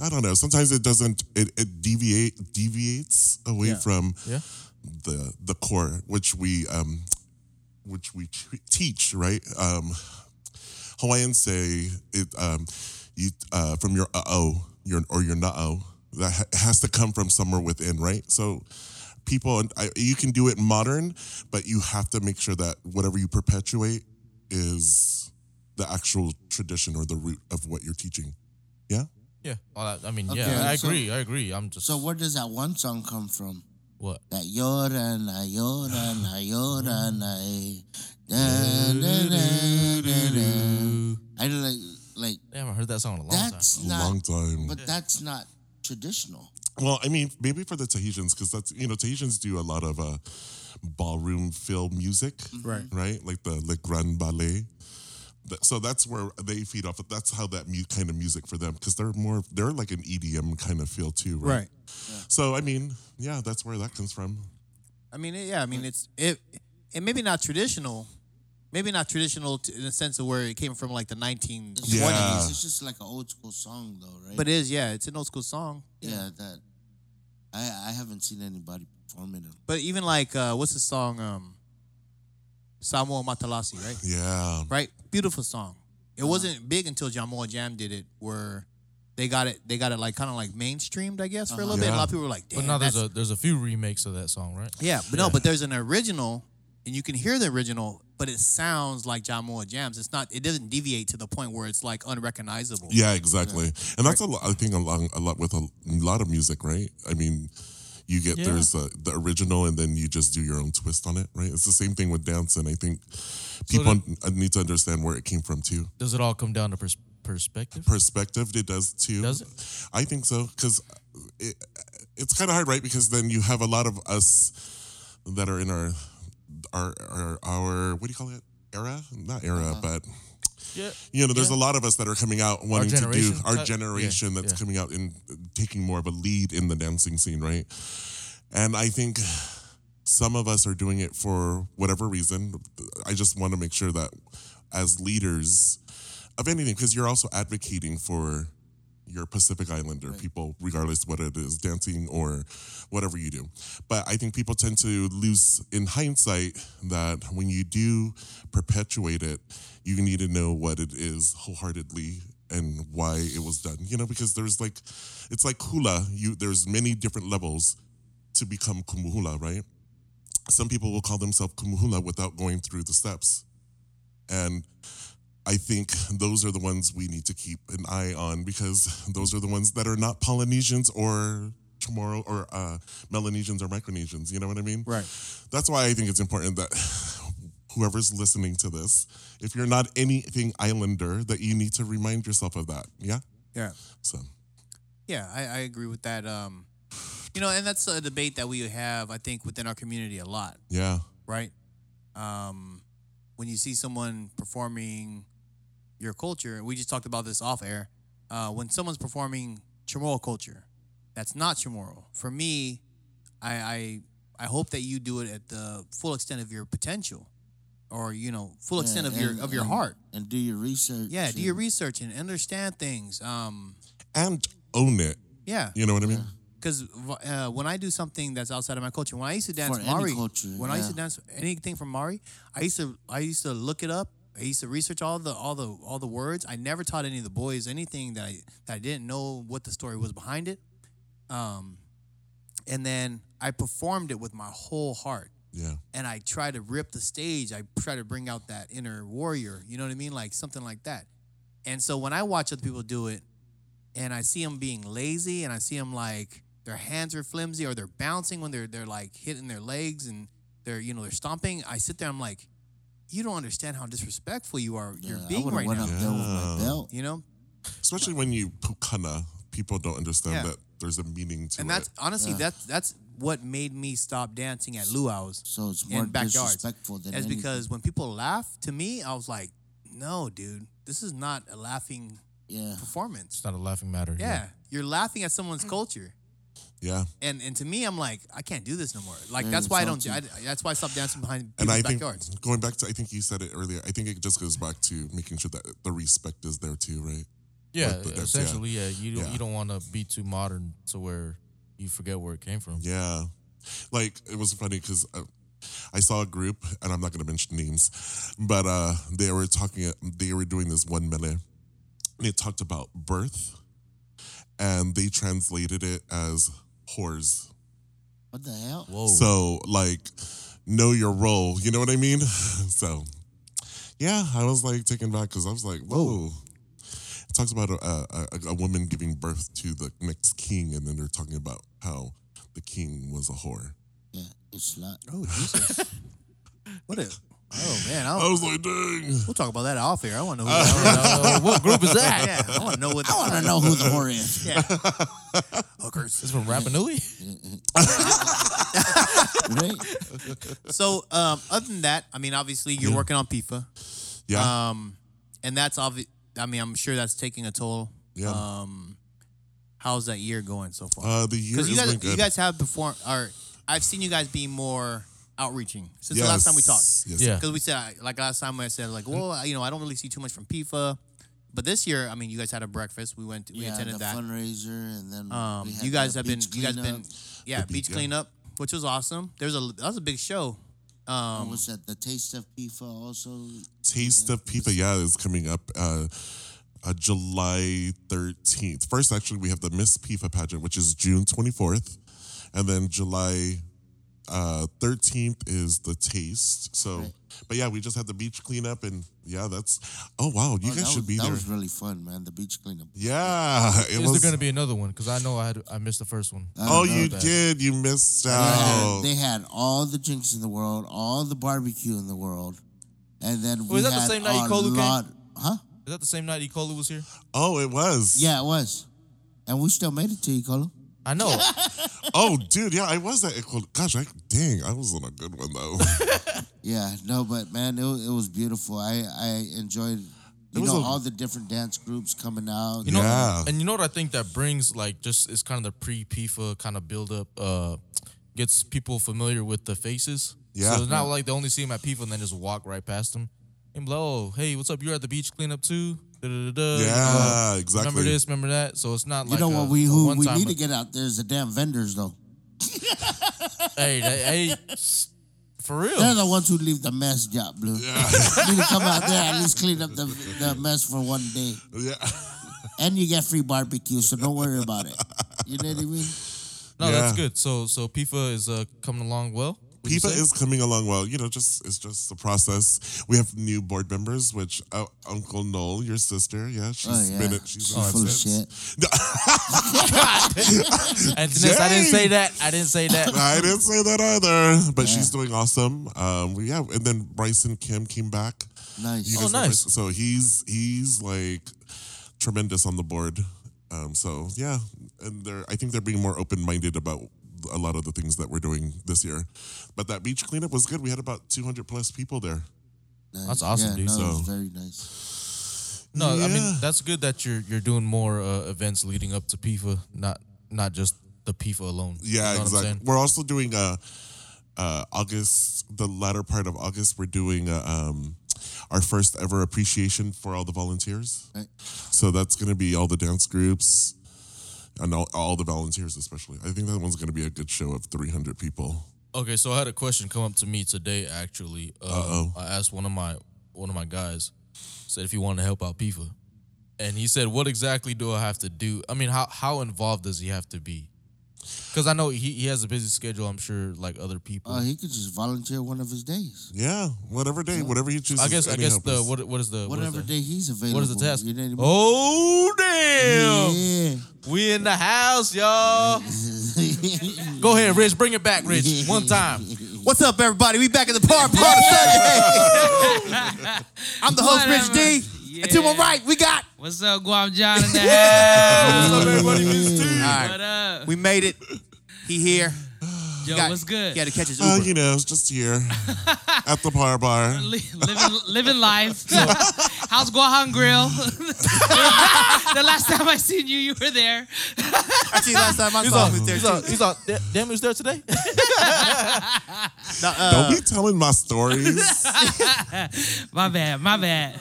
A: I don't know. Sometimes it doesn't. It, it deviate deviates away from
D: Yeah.
A: the the core, which we um, which we t- teach, right? Um, Hawaiians say it um, you uh, from your uh oh your or your na oh that ha- has to come from somewhere within, right? So people and I, you can do it modern, but you have to make sure that whatever you perpetuate is the actual tradition or the root of what you're teaching. Yeah.
D: Yeah. All that, I mean,
C: Okay,
D: yeah, I
C: so-
D: agree. I agree. I'm just
C: So where does that one song come from?
D: what?
C: That Yoda and I Yoda and I Yoda and I eh, da, da, da, da, da. I don't like like
D: Damn, I heard that song in a long
C: that's
D: time.
C: not
A: Long time.
C: but that's not traditional.
A: Well, I mean, maybe for the Tahitians, because that's you know Tahitians do a lot of uh, ballroom film music,
C: Mm-hmm.
B: Right.
A: Right, like the Le Grand Ballet. Th- So that's where they feed off. of. That's how that mu- kind of music for them, because they're more they're like an EDM kind of feel too, right? So I mean, yeah, that's where that comes from.
B: I mean, it- yeah, I mean, it's it, and maybe not traditional, maybe not traditional to, in the sense of where it came from, like the 1920s.
C: It's just-
A: Yeah.
C: It's just like an old school song though, right?
B: But it is, yeah, it's an old school song.
C: yeah, that I I haven't seen anybody perform it.
B: But even like, uh, what's the song? Um, Samuel Matalasi, right?
A: Yeah,
B: Right, beautiful song. It wasn't big until Jamal Jam did it, where they got it. They got it like kind of like mainstreamed, I guess, for a little bit. A
A: Yeah.
B: lot of people were like, "Damn,
D: But now there's
B: that's-
D: a there's a few remakes of that song, right?
B: yeah." But no, but there's an original, and you can hear the original, but it sounds like Jamal Jam's. It's not. It doesn't deviate to the point where it's like unrecognizable.
A: yeah, exactly. And that's a lot. I think along a lot with a lot of music, right? I mean. You get
D: Yeah.
A: there's a, the original, and then you just do your own twist on it, right? It's the same thing with dance, and I think people n- uh, need to understand where it came from too.
D: Does it all come down to pers- perspective?
A: perspective it does too
D: Does it?
A: i think so because it, it's kind of hard right because then you have a lot of us that are in our our our, our what do you call it era not era
D: Uh-huh.
A: but
D: Yeah.
A: you know there's a lot of us that are coming out wanting to do
D: generation
A: our
D: type-
A: generation
D: yeah,
A: that's
D: yeah.
A: coming out and taking more of a lead in the dancing scene right and i think some of us are doing it for whatever reason. I just want to make sure that as leaders of anything, because you're also advocating for your Pacific Islander people, regardless what it is, dancing or whatever you do. But I think people tend to lose in hindsight that when you do perpetuate it, you need to know what it is wholeheartedly and why it was done. You know, because there's like it's like hula, you there's many different levels to become kumuhula, right? Some people will call themselves kumuhula without going through the steps. And I think those are the ones we need to keep an eye on because those are the ones that are not Polynesians or Chamorro or uh, Melanesians or Micronesians. You know what I mean?
B: Right.
A: That's why I think it's important that whoever's listening to this, if you're not anything islander, that you need to remind yourself of that. Yeah?
B: Yeah.
A: So,
B: Yeah, I, I agree with that. Um, you know, and that's a debate that we have, I think, within our community a lot,
A: yeah.
B: right? Um, when you see someone performing your culture, we just talked about this off air. Uh, when someone's performing Chamorro culture, that's not Chamorro. For me, I, I I hope that you do it at the full extent of your potential, or you know, full extent of your of your heart.
C: and do your research.
B: Yeah, do your
C: and-
B: research and understand things. Um,
A: And own it.
B: yeah,
A: You know what I mean?
B: because uh, when I do something that's outside of my culture, when I used to dance
C: For any
B: Mari,
C: culture,
B: when I used to
C: yeah.
B: dance anything from Mari, I used to I used to look it up. I used to research all the all the all the words. I never taught any of the boys anything that I that I didn't know what the story was behind it. Um, and then I performed it with my whole heart
A: Yeah.
B: and I try to rip the stage. I try to bring out that inner warrior. You know what I mean? Like something like that. And so when I watch other people do it, and I see them being lazy, and I see them like their hands are flimsy, or they're bouncing when they're they're like hitting their legs, and they're you know they're stomping. I sit there, I'm like, you don't understand how disrespectful you are.
C: Yeah,
B: you're
C: I
B: being
C: would've
B: right
C: went
B: now.
C: up there with my
A: Yeah.
C: belt.
B: You know,
A: Especially when you pukana, people don't understand
B: Yeah.
A: that there's a meaning to
B: and
A: it.
B: that's honestly
C: Yeah.
B: that's that's what made me stop dancing at luau's
C: So it's
B: and
C: more
B: backyards.
C: disrespectful than
B: is
C: anything.
B: because when people laugh to me, I was like, no, dude, this is not a laughing
C: yeah,
B: performance.
D: It's not a laughing matter.
B: Yeah, you're laughing at someone's culture.
A: Yeah.
B: And and to me, I'm like, I can't do this no more. Like
C: Man,
B: that's why I don't.
C: it's
B: I,
C: all
B: that's why I stopped dancing behind
A: And
B: people's
A: I think
B: backyards.
A: going back to, I think you said it earlier. I think it just goes back to making sure that the respect is there too, right?
D: Yeah,
A: But- but that's- yeah.
D: essentially, yeah. You don't
A: Yeah.
D: you don't want to be too modern to where you forget where it came from.
A: Yeah. Like it was funny because uh, I saw a group, and I'm not going to mention names, but uh, they were talking, they were doing this one minute, and it talked about birth, and they translated it as whores.
C: what the hell?
D: Whoa.
A: So like, know your role. You know what I mean? so, yeah, I was like taken back because I was like, whoa. It talks about a, a, a- a woman giving birth to the next king, and then they're talking about how the king was a whore.
C: Yeah, it's slut.
B: Oh Jesus! what a oh man! I,
A: I
B: don't
A: was like, dang.
B: we'll talk about that off air. I want to know. Who
D: Uh, what group is that?
B: yeah, I want to know what.
C: I want to know who the whore is.
B: Yeah. Hookers.
D: It's from Rapa Nui.
C: Right?
B: So um, other than that, I mean, obviously you're working on FIFA.
A: Yeah,
B: Um, and that's obvious. I mean, I'm sure that's taking a toll.
A: Yeah.
B: Um, how's that year going so far?
A: uh, the year
B: Because
A: has
B: you guys,
A: been good.
B: you guys have performed. Or I've seen you guys be more outreaching since the last time we talked.
A: Yes.
D: Yeah.
B: Because we said I- like last time I said like, well, I- you know, I don't really see too much from PIFA, but this year, I mean, you guys had a breakfast. We went, we
C: yeah,
B: attended
C: the
B: that.
C: fundraiser, and then
B: Um,
C: we had
B: you guys
C: the
B: have been,
C: beach
B: you guys been,
C: cleanup.
B: yeah,
A: The beach,
B: beach
A: yeah.
B: cleanup, which was awesome. There's a that was a big show.
C: What
B: Um,
C: was that the taste of PIFA also?
A: Taste of Pipa, yeah, is coming up uh, uh, July 13th. First, actually, we have the Miss Pipa pageant, which is June 24th. And then July uh, 13th is the taste. So,
C: Right.
A: but yeah, we just had the beach cleanup, and yeah, that's, oh, wow, you guys
C: Oh, that
A: should
C: was,
A: be
C: that
A: there.
C: was really fun, man. The beach cleanup.
A: yeah, it
D: Is
A: was.
D: there gonna be another one? Because I know I had I missed the first one.
C: I
A: oh,
C: don't know
A: you
C: that.
A: did. Oh. You missed
C: They had-
A: out.
C: They had all the drinks in the world, all the barbecue in the world, and then we
D: Was that the
C: had
D: same night
C: a
D: Kolu came?
C: lot, huh?
D: Is that the same night E. Coli was here?
A: oh, it was.
C: Yeah, it was, and we still made it to you, Kolu.
D: I know.
A: Oh, dude, yeah, I was at equal. Gosh, I, dang, I was on a good one, though.
C: Yeah, no, but man, it, wa- it was beautiful. I I enjoyed, you
A: was
C: know,
A: a-
C: all the different dance groups coming out.
D: You know,
A: Yeah.
D: and you know what I think that brings like just it's kind of the pre PIFA kind of build up, uh, gets people familiar with the faces.
A: Yeah.
D: So it's not like they only see them at PIFA and then just walk right past them. And be like, oh, hey, what's up? You're at the beach cleanup too. Da-da-da-da." You know,
A: yeah, exactly.
D: Remember this, remember that. So it's not
C: You
D: like
C: know
D: a-
C: what we
D: uh, a
C: who we
D: one-time-
C: need to get out there is the damn vendors though.
D: Hey, hey, hey, s- for real.
C: They're the ones who leave the mess job, Blue. you need to come out there and at least clean up the, the mess for one day.
A: Yeah.
C: And you get free barbecue, so don't worry about it. You know what I mean?
D: No,
A: Yeah.
D: that's good. So so PIFA is uh, coming along well. would you
A: PIPA
D: say?
A: is coming along well. You know, just it's just the process. We have new board members, which uh, Uncle Noel, your sister, yeah, she's
C: Oh, yeah.
A: been it. She's been
C: She's
A: it
C: full of
A: since.
C: shit.
D: And since I didn't
A: Dang.
D: say that. I didn't say that.
A: I didn't say that either, but
C: Yeah.
A: she's doing awesome. Um, we- yeah, and then Bryson Kim came back.
C: Nice.
A: You guys
D: Oh,
A: know
D: nice.
A: Bryson? So he's he's like tremendous on the board. Um, so yeah, and they're I think they're being more open minded about a lot of the things that we're doing this year. But that beach cleanup was good. We had about two hundred plus people there.
C: Nice.
D: That's awesome,
C: yeah,
D: dude.
C: No, it was
A: So-
C: very nice.
D: No, I
A: Yeah.
D: mean that's good that you're you're doing more uh, events leading up to PIFA, not not just the PIFA alone. You
A: Yeah,
D: know what I'm
A: exactly.
D: saying?
A: We're also doing a uh, August, the latter part of August. We're doing a, um, our first ever appreciation for all the volunteers.
C: Right.
A: So that's going to be all the dance groups and all, all the volunteers, especially. I think that one's going to be a good show of three hundred people.
D: Okay, so I had a question come up to me today. Actually, uh,
A: Uh-oh.
D: I asked one of my one of my guys said if he wanted to help out PIFA, and he said, "What exactly do I have to do? I mean, how how involved does he have to be? Because I know he, he has a busy schedule. I'm sure like other people.
C: Oh, he could just volunteer one of his days.
A: Yeah, whatever day, whatever you choose.
D: I guess I guess the what what is the what is
C: Whatever
D: the-
C: day he's available.
D: What is the task?
C: You know what
D: Oh damn!
C: I mean?
D: We in the house, y'all.
C: Yeah.
D: Go ahead, Rich. Bring it back, Rich. One time.
B: What's up, everybody? We back at the par par Sunday. I'm the host, Rich D. And to my right, we got.
E: What's up, Guam John in the house?
D: What's up, everybody? Miss T.
B: All right,
E: What up?
B: we made it. He here. He
E: Yo,
B: got-
E: what's good?
B: He had to catch his Uber.
A: Oh, you know, it's just here at the par bar.
E: Li- living, living life. How's Guahan Grill? the last time I seen you, you were there.
B: Actually, last time I
D: He's
B: saw
D: all,
B: him was there.
D: he's
B: too.
D: all, he's all, "Da- damn, he was there today?
B: No, uh,
A: Don't be telling my stories.
E: My bad, my bad.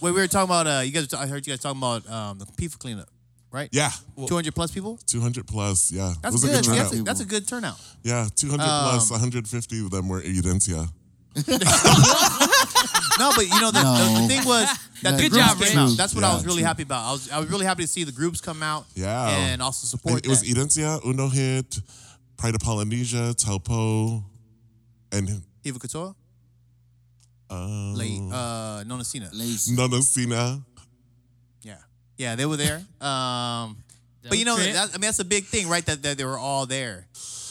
B: Wait, we were talking about uh, you guys. were ta- I heard you guys talking about um, the FIFA cleanup, right?
A: yeah.
B: two hundred plus people.
A: 200 plus. Yeah. it
B: That's
A: was a
B: good.
A: good
B: that's,
A: turnout.
B: a, that's a good turnout.
A: Yeah. 200 plus, 150 of them were Evidencia.
B: No, but you know the, the,
C: No.
B: the thing was that the
C: Good
B: groups
E: job,
B: came
E: Rich.
B: out. That's what I
A: Yeah,
B: was really
A: true.
B: happy about. I was I was really happy to see the groups come out.
A: Yeah.
B: and also support.
A: And it was
B: that.
A: Evidencia, Uno Hit, Pride of Polynesia, Taupo, and
B: Eva Couture,
A: um,
B: late uh, Nona Cena.
C: Lazy.
A: Nona Sina.
B: Yeah, yeah, they were there. Um, but you know,
E: Trip.
B: that, I mean, that's a big thing, right? That, that they were all there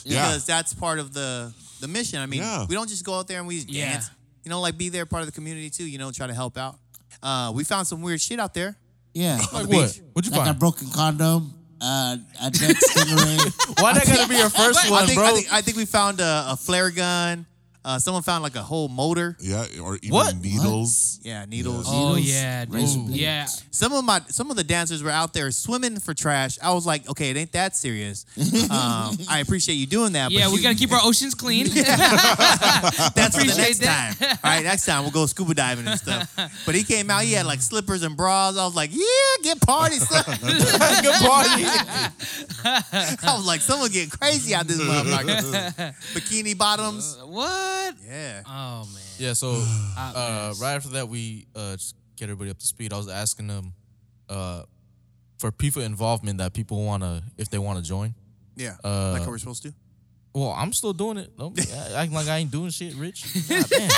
A: Yeah.
B: because that's part of the the mission. I mean,
A: Yeah.
B: we don't just go out there and we just
E: Yeah.
B: dance. You know, like be there, part of the community too. You know, try to help out. Uh, we found some weird shit out there.
C: Yeah.
D: Like what? What'd you
C: Like a
D: find?
C: broken condom, uh, a dead stingray.
D: Why that gotta be your first
B: I
D: one,
B: think,
D: bro?
B: I think I think we found a, a flare gun. Uh, someone found like a whole motor.
A: Yeah. Or even
D: What?
A: Needles.
B: Yeah, needles.
E: Oh
C: Needles,
E: yeah,
C: razor
E: dude.
C: blades.
E: yeah.
B: Some of my some of the dancers were out there swimming for trash. I was like, okay, it ain't that serious. Um, I appreciate you doing that.
E: Yeah,
B: but
E: we
B: you-
E: gotta keep our oceans clean.
B: That's for the next
E: Appreciate that.
B: time. All right, next time we'll go scuba diving and stuff. But he came out, he had like slippers and bras. I was like, yeah, get party, son.
D: Good party.
B: I was like, someone get crazy out this motherfucker. Bikini bottoms.
E: what?
B: Yeah.
E: Oh man.
D: Yeah, so uh, right after that, we uh, just get everybody up to speed. I was asking them uh, for FIFA involvement that people want to, if they want to join.
B: Yeah.
D: Uh,
B: like how we're supposed to.
D: Well, I'm still doing it. Don't be acting like I ain't doing shit, Rich. God damn.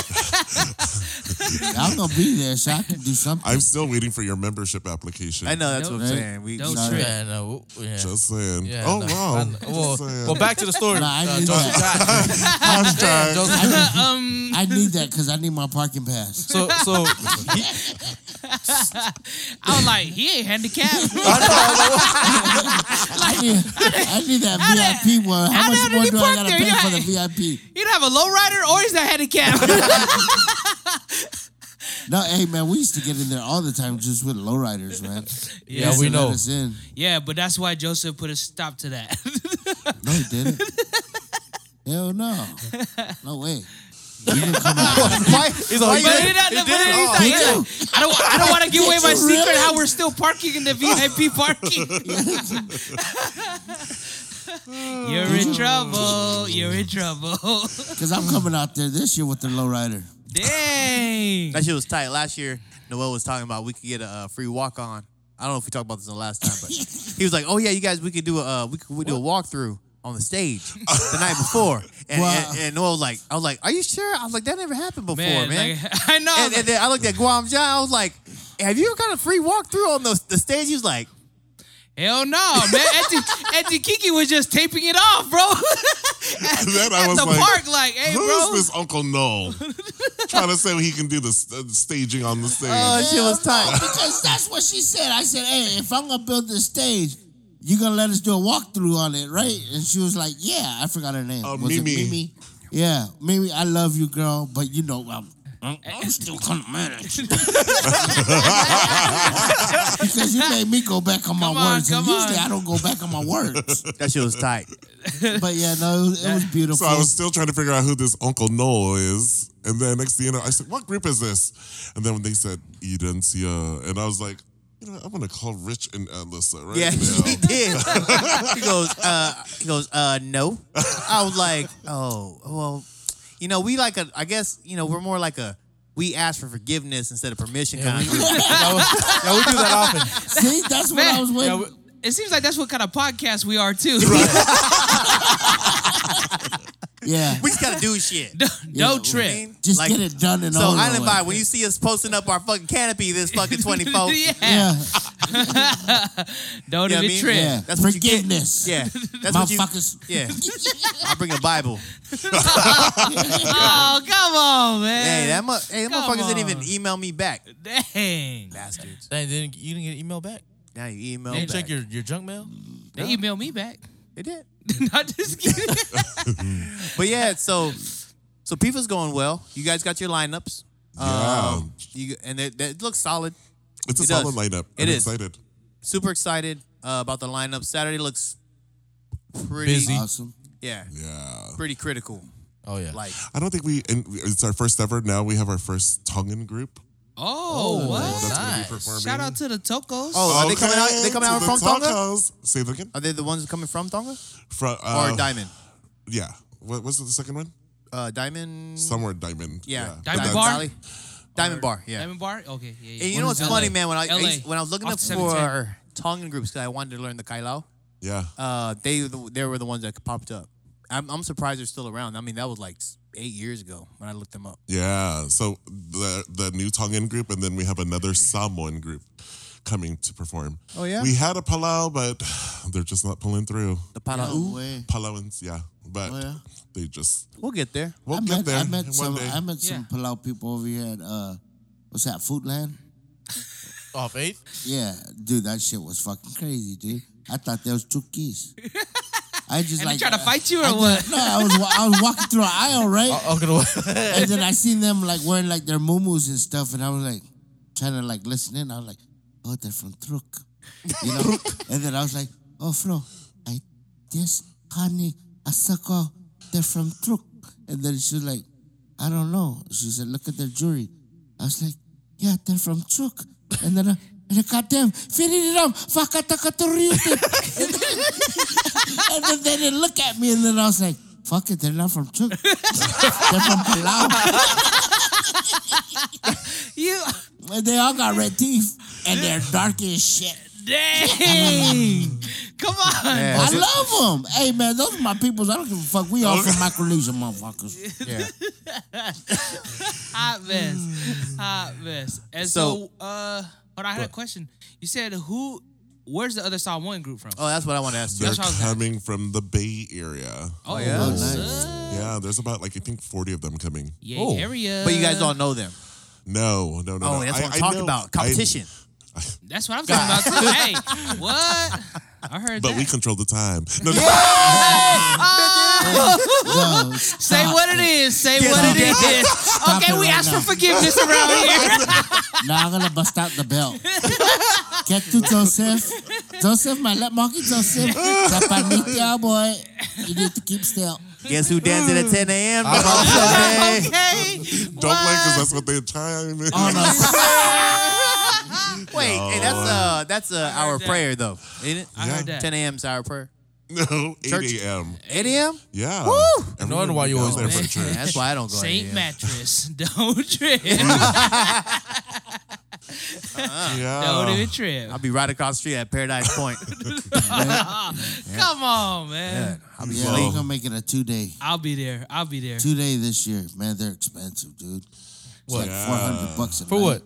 C: I'm gonna be there, so I can do something.
A: I'm still waiting for your membership application.
B: I know, that's
E: Nope.
B: what I'm saying. We,
E: Nope.
B: we-
C: Sorry.
D: Yeah, no, uh, yeah.
A: Just saying.
D: yeah,
A: oh,
D: no, I
A: wow.
D: know.
A: Just
D: Well,
A: saying.
D: well, back to the story.
C: No, I
D: uh,
C: knew
D: Joseph Scott.
A: Hashtag.
D: Joseph-
E: um.
C: I need that because I need my parking pass.
D: so, so
E: I was like, he ain't handicapped.
C: I need, I need that VIP one. How
E: how the
C: much
E: hell did
C: more
E: he
C: do I
E: park
C: gotta
E: there?
C: pay
E: Yeah.
C: for the VIP?
E: He don't have a low rider or he's not handicapped.
C: No, hey man, we used to get in there all the time just with lowriders, man. They
D: yeah,
C: used
D: we
C: to let
D: know.
C: us in.
E: yeah, but that's why Joseph put a stop to that.
C: No, he didn't. Hell no, no way. You didn't come out.
B: why, why
E: But
B: you-
E: he not- but he's not-
C: Did
E: yeah. I don't. I don't want to give away my
C: you
E: secret.
C: really?
E: How we're still parking in the VIP parking. You're in trouble. You're in trouble.
C: Because I'm coming out there this year with the lowrider.
E: Dang.
B: That shit was tight. Last year, Noel was talking about we could get a uh, free walk on. I don't know if we talked about this in the last time, but he was like, "Oh yeah, you guys, we could do a uh, we could we do a walkthrough on the stage the night before." And,
C: Wow.
B: and, and Noel was like, "I was like, are you sure?" I was like, "That never happened before, man."
E: Man, like, I know.
B: and, and then I looked at Guam John. I was like, "Have you ever got a free walkthrough on the, the stage?" He was like,
E: Hell no, man. Auntie, Auntie Kiki was just taping it off, bro. at
A: then I
E: at
A: was
E: the
A: like,
E: park, like, hey,
A: Who
E: bro.
A: is this Uncle Noel? Trying to say he can do the st- staging on the stage.
B: "Oh, shit was
C: Hell no,
B: tight."
C: because that's what she said. I said, hey, if I'm gonna build this stage, you gonna let us do a walkthrough on it, right? And she was like, yeah, I forgot her name.
A: Oh,
C: Was it
A: Mimi.
C: Mimi? Yeah, Mimi, I love you, girl, but you know, I'm, I'm, I'm still kind of mad at you. because you made me go back on my
E: Come on,
C: words, and
E: come
C: usually
E: on.
C: I don't go back on my words.
B: That shit was tight.
C: But yeah, no, it was, it was beautiful.
A: So I was still trying to figure out who this Uncle Noel is. And then next thing you know, I said, what group is this? And then when they said Edencia, and I was like, you know, what, I'm going to call Rich and Alyssa right
B: Yeah, he
A: now.
B: did. he goes, uh, he goes, uh, no. I was like, oh, well, you know, we like a, I guess, you know, we're more like a, we ask for forgiveness instead of permission kind of. group.
D: yeah, we do that often.
C: See, that's what I was
D: Yeah,
C: waiting.
D: we,
E: It seems like that's what kind of podcast we are, too.
C: Yeah,
B: We just gotta do shit.
E: no
C: Yeah,
E: trip.
C: just
B: Like-
C: get it done and
B: So
C: over
B: I invite
C: with.
B: when you see us posting up our fucking canopy this fucking 24.
E: yeah.
C: Yeah,
E: Don't
B: Yeah, I
E: even
B: mean,
E: trip.
C: yeah.
B: That's what you get.
C: Forgiveness.
B: Yeah. That's what you
C: motherfuckers.
B: Yeah. I bring a Bible.
E: Oh, come on,
B: Hey,
E: man.
B: that mu- hey, them
E: Come
B: motherfuckers didn't
E: on.
B: even email me back.
E: Dang.
B: Bastards.
D: Dang, didn't, you didn't get an email back?
B: Now you email
D: Didn't
B: back.
D: check your, your junk mail?
E: They emailed me back.
B: They did.
E: Not just kidding.
B: But yeah, so so PIFA's going well. You guys got your lineups. Um,
A: Yeah.
B: you, and it, it looks solid.
A: It's a
B: It does.
A: solid lineup.
B: It
A: I'm
B: is.
A: excited.
B: Super excited uh, about the lineup. Saturday looks pretty
D: Busy.
C: Awesome.
B: Yeah,
A: Yeah.
B: pretty critical.
D: Oh yeah.
B: Like
A: I don't think we. And it's our first ever. Now we have our first Tongan group.
E: Oh,
A: That's
E: what?
A: gonna be
D: Nice.
A: performing.
E: Shout out to the Tokos.
B: Oh, are they coming out? They
A: Okay,
B: coming
A: to
B: out
A: the
B: from Tonga?
A: Tacos. Say that again.
B: Are they the ones coming from Tonga
A: From
B: or
A: uh,
B: Diamond?
A: Yeah. What was the second one?
B: Uh, Diamond.
A: Somewhere diamond.
B: yeah,
E: Diamond Bar?
B: Valley. Diamond Bar. Yeah.
E: Diamond Bar? Okay. Yeah, yeah.
B: And you know what's
E: LA.
B: funny, man? When I, I
E: LA.
B: used- when I was looking
E: Off
B: up
E: 710.
B: for Tongan groups because I wanted to learn the Kailao,
A: Yeah.
B: uh, they they were the ones that popped up. I'm, I'm surprised they're still around. I mean, that was like s- eight years ago when I looked them up.
A: Yeah. So the the new Tongan group, and then we have another Samoan group coming to perform.
B: Oh, yeah?
A: We had a Palau, but they're just not pulling through.
B: The Palau.
C: No way.
A: Palauans, yeah, but
C: Oh, yeah.
A: they just
B: We'll get there.
A: we'll
C: I
A: get
C: met,
A: there
C: I met
A: one
C: some.
A: day.
C: I met some
E: Yeah.
C: Palau people over here at uh, what's that? Foodland.
D: Off eight.
C: Yeah, dude, that shit was fucking crazy, dude. I thought there was two keys. I just
E: And
C: like
E: they trying to fight you or
C: I
E: what?
C: just- no, I was wa- I was walking through an aisle, right?
D: I'll get away.
C: and then I seen them like wearing like their muumuus and stuff, and I was like trying to like listen in. I was like, oh, they're from Truk, you know. and then I was like, oh, fro, I yes, honey, asako, they're from Truk. And then she was like, I don't know. She said, look at their jewelry. I was like, yeah, they're from Truk. And then. I, and then, goddamn, finiram, fakatakaturiyute. And then- And then they didn't look at me, and then I was like, fuck it, they're not from Truk. They're from Palau.
E: You.
C: Well, they all got red teeth and they're dark as shit.
E: Dang. Come on.
B: Yeah.
C: I love them. Hey man, those are my peoples. I don't give a fuck. We all from Micronesia, motherfuckers.
B: yeah.
E: Hot mess. Hot mess. And so, uh, but I had a question. You said who? Where's the other Samoan group from?
B: Oh, that's what I want to ask you.
A: they're
E: That's what I was
A: coming from the Bay Area.
E: Oh,
B: yeah. Oh,
E: what's
C: nice.
E: up?
A: Yeah, there's about like I think 40 of them coming.
E: Yay,
D: Oh.
E: area.
B: But you guys don't know them.
A: No, no, no.
B: Oh,
A: no.
B: that's
A: I-
B: what
A: I
B: I'm talking
A: know-
B: about.
A: I-
B: Competition.
E: That's what I'm talking about too. hey, what? I heard
A: but
E: that.
A: we control the time. No, no.
C: Yo,
E: Say
C: stop.
E: what it is. Say what it is. okay,
C: it
E: we
C: right
E: ask
C: now.
E: for forgiveness around here.
C: Now I'm gonna bust out the belt. Get to Joseph. Joseph, my lap monkey Joseph. Zapanitia boy. You need to keep still.
B: Guess who dances at 10 a.m.? Sunday?
E: okay.
A: Don't blame because that's what their time is.
C: On a
B: Wait, hey, that's uh that's uh our
E: that.
B: prayer though, ain't it?
E: I heard that.
B: 10 a.m. is our prayer.
A: no, 8
B: Church.
A: a.m.
B: 8 a.m.
A: Yeah.
D: No wonder why you
A: goes
D: always
A: there for
E: man.
A: church.
B: That's why I don't go. at 8
E: Saint
B: a.m.
E: mattress. Don't trip. Don't
A: Yeah.
E: even trip.
B: I'll be right across the street at Paradise Point.
E: Come on, man.
C: I'll be yeah, we're gonna make it a two day.
E: I'll be there. I'll be there.
C: Two day this year. Man, they're expensive, dude. It's like
A: Yeah.
C: four hundred bucks a
D: For
C: night.
D: what?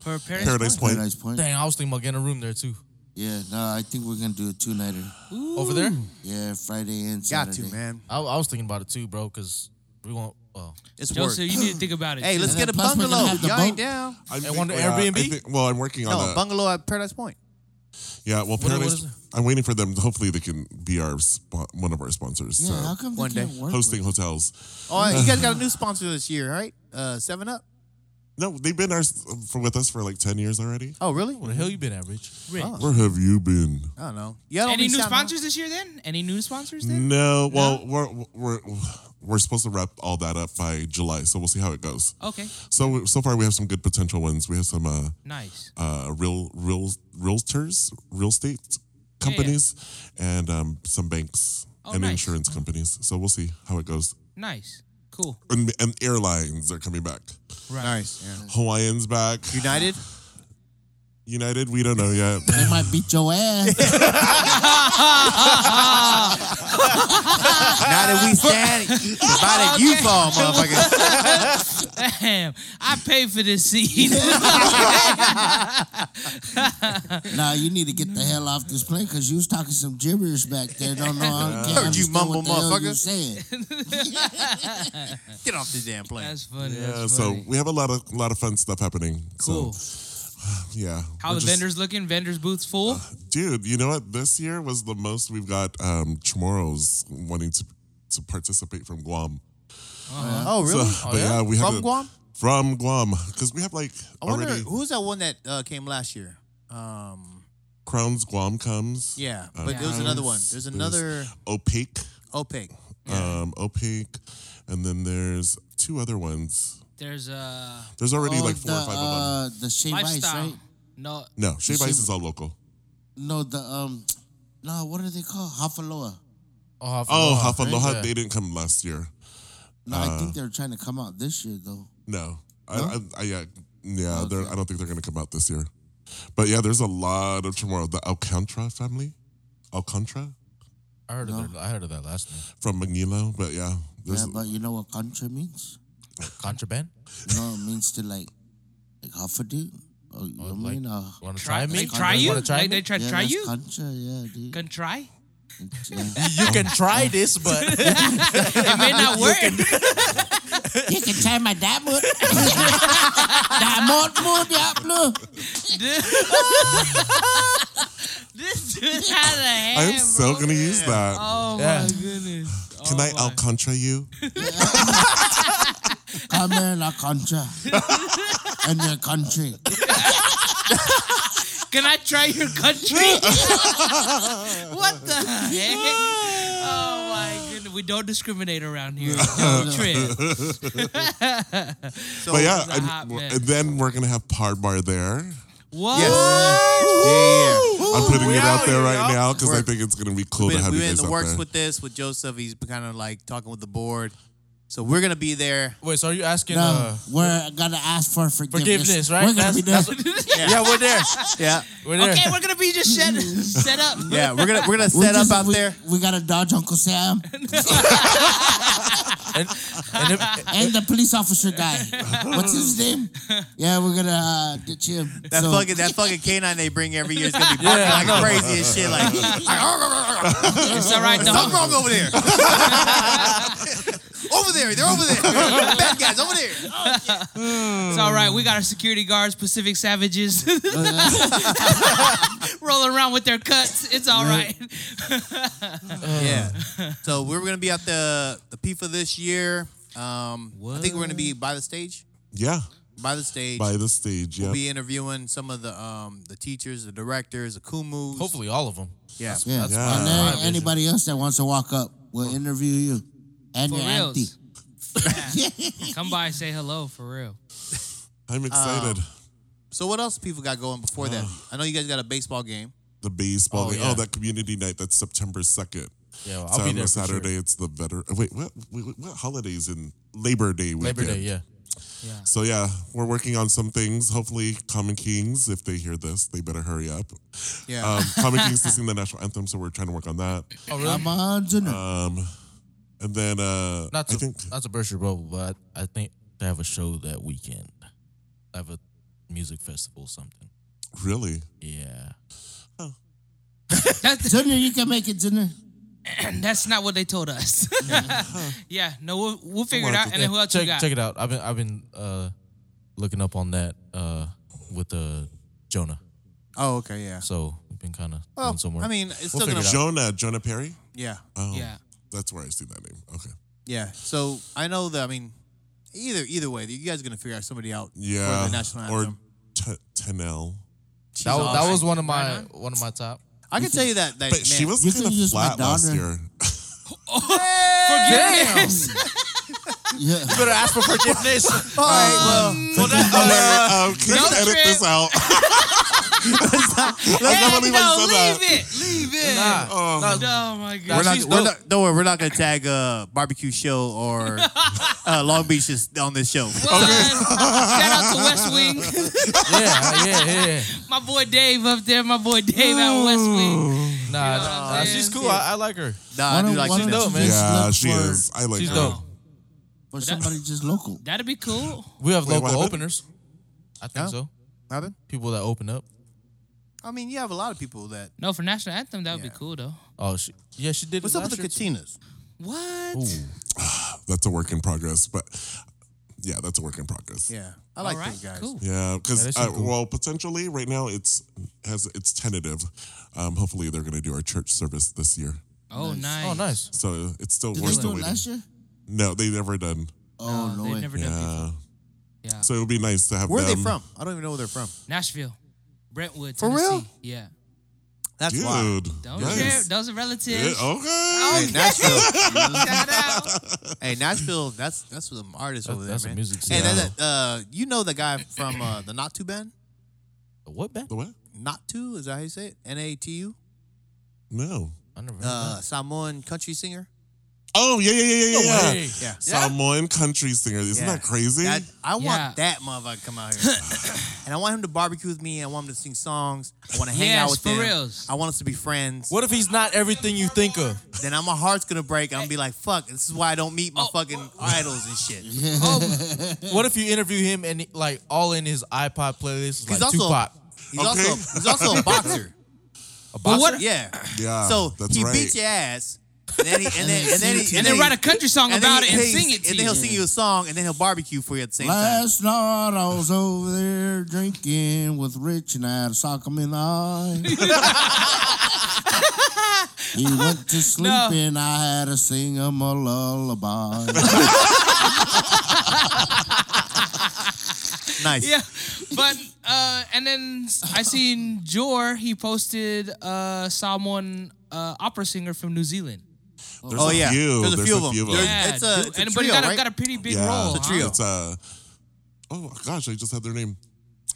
E: For Paradise,
A: Paradise Point.
C: Paradise Point.
D: Dang, I was thinking about getting a room there too.
C: Yeah, no, I think we're gonna do a two nighter.
D: Over there,
C: Yeah, Friday and
B: Got
C: Saturday.
B: to man.
D: I, I was thinking about it too, bro. Cause we want. Well,
B: It's
E: Joseph,
B: work.
E: you need to think about it.
B: Hey,
E: too.
B: let's
C: And
B: get a
C: then plus we're gonna
B: bungalow.
C: have the
B: Y'all ain't
C: boat.
B: down.
A: I think-
D: want the
A: yeah, I
D: Airbnb?
A: think- well, I'm working
B: No,
A: on
B: a
A: that.
B: bungalow at Paradise Point.
A: Yeah, well,
D: what
A: Paradise.
D: is it?
A: I'm waiting for them. Hopefully, they can be our spo- one of our sponsors.
C: Yeah, how
A: so.
C: come
B: one
C: they can't
B: day.
C: work?
A: Hosting hotels.
B: Oh, you guys got a new sponsor this year, right? Uh, Seven Up.
A: No, they've been ours for with us for like ten years already.
B: Oh, really?
D: where the hell you been at, Rich?
E: Rick.
A: Where have you been?
B: I don't know. Yeah, don't
E: Any
B: be
E: new
B: sounding-
E: sponsors this year then? Any new sponsors then?
A: No, well, we're we're we're supposed to wrap all that up by July, so we'll see how it goes.
E: Okay.
A: So so far, we have some good potential ones. We have some uh,
E: Nice.
A: uh real real realtors, real estate companies, and um, some banks
E: Oh,
A: and
E: nice.
A: insurance companies. So we'll see how it goes.
E: Nice. Cool.
A: And, and airlines are coming back.
E: Right.
B: Nice. yeah.
A: Hawaiian's back.
B: United.
A: United, we don't know yet.
C: They might beat your ass.
B: now that we stand by the you fall, motherfucker.
E: Damn. I paid for this seat.
C: nah, you need to get the hell off this plane because you was talking some gibberish back there. Don't know. I can't
B: Heard you
C: understand
B: mumble,
C: what the hell you
B: motherfucker.
C: saying.
B: Get off this damn plane.
E: That's funny.
A: Yeah,
E: That's
A: so
E: funny.
A: we have a lot of lot of fun stuff happening.
E: cool.
A: So yeah.
E: How
A: we're
E: the
A: just-
E: vendors looking? Vendors booths full.
A: dude? You know what? This year was the most we've got. Um, Chamorros wanting to to participate from Guam.
B: Oh, really?
A: So, but yeah, we have
B: From
A: a-
B: Guam?
A: From Guam, because we have like
B: I wonder
A: already
B: who's that one that uh, came last year. Um,
A: Crowns Guam comes.
B: yeah, but there was another one. There's another
A: Opaque.
B: OPEC.
A: Um, opaque, and then there's two other ones.
E: There's uh
A: There's already
C: Oh,
A: like four
C: the,
A: or five of them.
C: uh, The Shave Ice,
E: lifestyle.
C: right?
E: No,
A: No, Shave
C: Shave-
A: Ice is all local.
C: No, the um, no, what are they called? Hafaloa.
D: Oh, Half
A: Oh,
D: Aloha, right?
A: Hafaloha,
D: Yeah.
A: they didn't come last year.
C: No, I think they're trying to come out this year though.
A: No, I, I, I yeah, yeah. They're, I don't think they're gonna come out this year. But yeah, there's a lot of tomorrow. The Alcantara family, Alcantara
D: I heard of that. I heard of that last name.
A: from Manilo. But yeah, there's
C: yeah, but you know what contra means?
D: Contraband.
C: No, it means to like, like half a dude. Oh, you know what I
D: like-
C: mean? Uh,
D: Want to
E: try,
D: try me?
E: they try you.
D: Want to try
E: Like,
D: me?
E: they try
C: yeah,
E: try
C: that's
E: you.
C: Contra, yeah, dude.
E: Can try.
C: yeah.
D: You can try this, but
E: It may not work.
C: you can try my diamond. diamond moon, diablo.
E: this dude had a hand.
A: I'm so gonna use that.
E: Oh
D: Yeah.
E: my goodness.
A: Can
E: Oh
A: I
E: my.
A: Alcantara you?
C: Come here, la contra. And your country.
E: Can I try your country? what the heck? Oh my goodness. We don't discriminate around here. Don't trip.
A: but yeah,
E: it's a hot
A: and,
E: mess.
A: and then we're gonna have Pard Bar there.
E: What?
A: I'm putting
B: we
A: it out
B: out
A: there
B: here,
A: right
B: yo.
A: now because I
B: We're-
A: think it's gonna be cool to
B: We've
A: have
B: been,
A: you
B: we've
A: guys
B: been in the
A: out
B: works
A: there.
B: with this with Joseph. He's kind of like talking with the board. So we're gonna be there.
D: wait. So are you asking?
C: No,
D: Uh,
C: we're gonna ask for forgiveness.
D: forgiveness, right?
C: We're gonna
D: That's-
C: be there.
B: Yeah, we're there. Yeah,
D: we're there.
E: Okay, we're gonna be just set, set up.
B: yeah, we're gonna we're gonna
C: We're
B: set
C: just-
B: up out
C: we,
B: there.
C: We gotta dodge Uncle Sam
D: And, and if,
C: and the police officer guy. What's his name? Yeah, we're gonna uh, ditch him.
B: That
C: So-
B: fucking that fucking canine they bring every year is gonna be barking
D: Yeah, I
B: like
D: know.
B: crazy and shit. Like
E: It's all right. The
B: something
E: whole,
B: wrong over there. over there, they're over there. Bad guys over there.
E: it's all right. We got our security guards, Pacific Savages, rolling around with their cuts. It's all right.
B: Yeah. So we're gonna be at the the PIFA this year. Um, I think we're gonna be by the stage.
A: Yeah,
B: By the stage.
A: by the stage. Yeah,
B: We'll be interviewing some of the um the teachers, the directors, the kumus.
D: hopefully, all of them.
B: Yeah.
C: Yeah.
D: That's
A: Yeah.
C: And
A: my
C: then
D: vision.
C: anybody else that wants to walk up, we'll interview you and
E: For
C: your auntie.
E: reals. Yeah. Come by and say hello for real.
A: I'm excited.
B: So what else people got going before that? I know you guys got a baseball game.
A: the baseball.
D: Oh,
A: Oh,
D: yeah.
A: oh that community night. That's September second.
D: Yeah, well,
A: so
D: I'll be
A: on
D: there
A: the
D: for sure.
A: Saturday, it's the veteran. Wait, what? Wait, what holidays in Labor Day weekend?
D: Labor Day. Yeah.
A: So yeah, we're working on some things. Hopefully, Common Kings, if they hear this, they better hurry up.
B: Yeah.
A: Um, Common Kings to sing the national anthem, so we're trying to work on that.
D: Oh really?
C: I'm a junior.
A: Um, and then uh,
D: not to,
A: I think
D: not to burst your bubble, but I, I think they have a show that weekend. I have a music festival, or something.
A: really,
D: Yeah.
E: That's,
C: junior, you can make it, Junior.
E: that's not what they told us. yeah, no, we'll, we'll figure it
A: on,
E: out. And then who else
D: check
E: you got?
D: check it out. I've been I've been uh, looking up on that uh, with uh, Jonah.
B: Oh, okay, yeah.
D: So I've been kind of
B: Well,
D: going somewhere.
B: I mean, it's
A: we'll
B: still
A: figure
B: gonna
A: it out. Jonah Jonah Perry.
B: Yeah.
A: Oh,
E: Yeah.
A: that's where I see that name. Okay,
B: Yeah. So I know that I mean either either way, you guys are gonna figure out somebody out
A: yeah,
B: for the national anthem.
A: or T- Tenel.
D: that was, that was one of my
E: Right
D: one of my top.
B: I can tell you that that
A: But she
B: man-
A: was
C: you
A: kind
C: can
A: of
C: use my
A: flat last
C: daughter.
A: year.
E: Forgiveness.
C: Yeah.
D: Better ask for forgiveness.
B: all right, well
A: Um, can
E: No
A: you edit
E: trip.
A: this out? I can't
E: Heck
A: believe I
E: no,
A: said
E: leave
A: that.
E: it. Leave it.
A: Oh,
E: Oh my
B: we're
E: god.
B: not,
D: she's
B: we're
D: dope.
B: not, don't worry, we're not gonna tag uh, barbecue show or uh, Long Beach is on this show.
E: Well done. Shout out to West Wing.
D: yeah, yeah, yeah.
E: my boy Dave up there. My boy Dave out West Wing.
D: Nah,
E: You know what I'm
D: nah,
E: saying?
D: she's cool. I, I like her.
B: Nah, I do
C: don't-
B: like
C: why
B: you
C: don't
B: know.
C: you
D: dope, man.
C: just
A: Yeah,
C: look
A: she
C: for,
A: is. I like
D: She's
A: her.
D: dope.
C: for somebody just local.
E: That'd be cool.
D: We have
A: Wait, what
D: local
A: happened?
D: openers. I think
B: Yeah.
D: so.
B: Robin?
D: People that open up.
B: I mean, you have a lot of people that.
E: No, for national anthem, that would
B: Yeah.
E: be cool though.
D: Oh, she, yeah, she did.
B: What's
D: it
B: up with
D: last
B: the
D: year, too.
B: Katinas?
E: What?
D: Ooh.
A: That's a work in progress, but yeah, that's a work in progress.
B: Yeah. I like
E: All right,
B: these guys.
E: cool.
A: Yeah,
D: Yeah,
A: because
D: that should
A: uh,
D: go.
A: well, potentially right now it's has it's tentative. Um, hopefully they're gonna do our church service this year,
E: Oh, nice.
D: Oh, nice.
A: so it's still
C: Did
A: we're
C: they
A: still
C: do it
A: waiting.
C: last year?
A: No, they never done.
C: Oh,
E: No,
C: no.
E: they've
C: way.
E: never done before.
A: Yeah,
E: Yeah.
A: so it would be nice to have.
B: Where are they
A: them.
B: from? I don't even know where they're from.
E: Nashville, Brentwood,
B: For
E: Tennessee.
B: real?
E: Yeah.
B: That's
A: Dude,
B: why.
E: Don't
A: nice.
E: share. Those are
A: Yeah,
E: relatives. Oh,
A: okay.
B: oh. Hey, Nashville.
E: Shout out.
B: hey, Nashville. That's that's some artists over there,
D: that's a
B: man.
D: music
B: Hey,
D: scene.
B: that's a, uh, you know the guy from uh, the Not Too band?
D: What band?
A: The what?
B: Not Too, is that how you say it? N A T U.
A: No.
D: I never heard
B: Uh,
D: that.
B: Samoan country singer.
A: Oh yeah yeah yeah yeah yeah. yeah.
B: Yeah.
A: Samoan country singer. Isn't
B: Yeah.
A: that crazy?
B: That, I want
E: Yeah.
B: that motherfucker to come out here. and I want him to barbecue with me. I want him to sing songs. I want to hang out
E: Yes,
B: with
E: for
B: him.
E: reals.
B: I want us to be friends.
D: What if he's not everything you think of?
B: Then I'm, my heart's gonna break. I'm gonna be like, fuck. This is why I don't meet my
E: Oh,
B: fucking idols and shit.
E: Oh,
D: What if you interview him and like all in his iPod playlist is
B: He's
D: like
B: also-
D: Tupac?
B: He's
A: Okay.
B: also he's also a boxer.
D: A
E: But what-
D: boxer?
B: Yeah.
A: yeah.
B: So
A: Ah, that's
B: he
A: right.
B: beats your ass. And then he, and then and then he,
E: and then write a
B: he-
E: country song
B: and then
E: about
B: he-
E: it and
B: he-
E: sing it to
B: And then he'll
E: you.
B: sing you a song, and then he'll barbecue for you at the same time.
C: Last night I was over there drinking with Rich and I had a sock him in the eye. he went to sleep
E: No.
C: and I had to sing him a lullaby.
B: Nice.
E: yeah. But uh, and then I seen Jor. He posted uh, someone uh, opera singer from New Zealand.
A: There's
B: Oh
A: a
B: yeah.
A: Few.
B: There's a few of them.
A: few
B: There's-
E: Yeah,
B: it's a,
E: dude.
B: it's a
E: and- but he
B: trio,
E: got a,
B: right?
E: got a pretty big
A: yeah.
E: role.
B: It's a trio.
E: huh?
A: It's a. Oh gosh, I just had their name,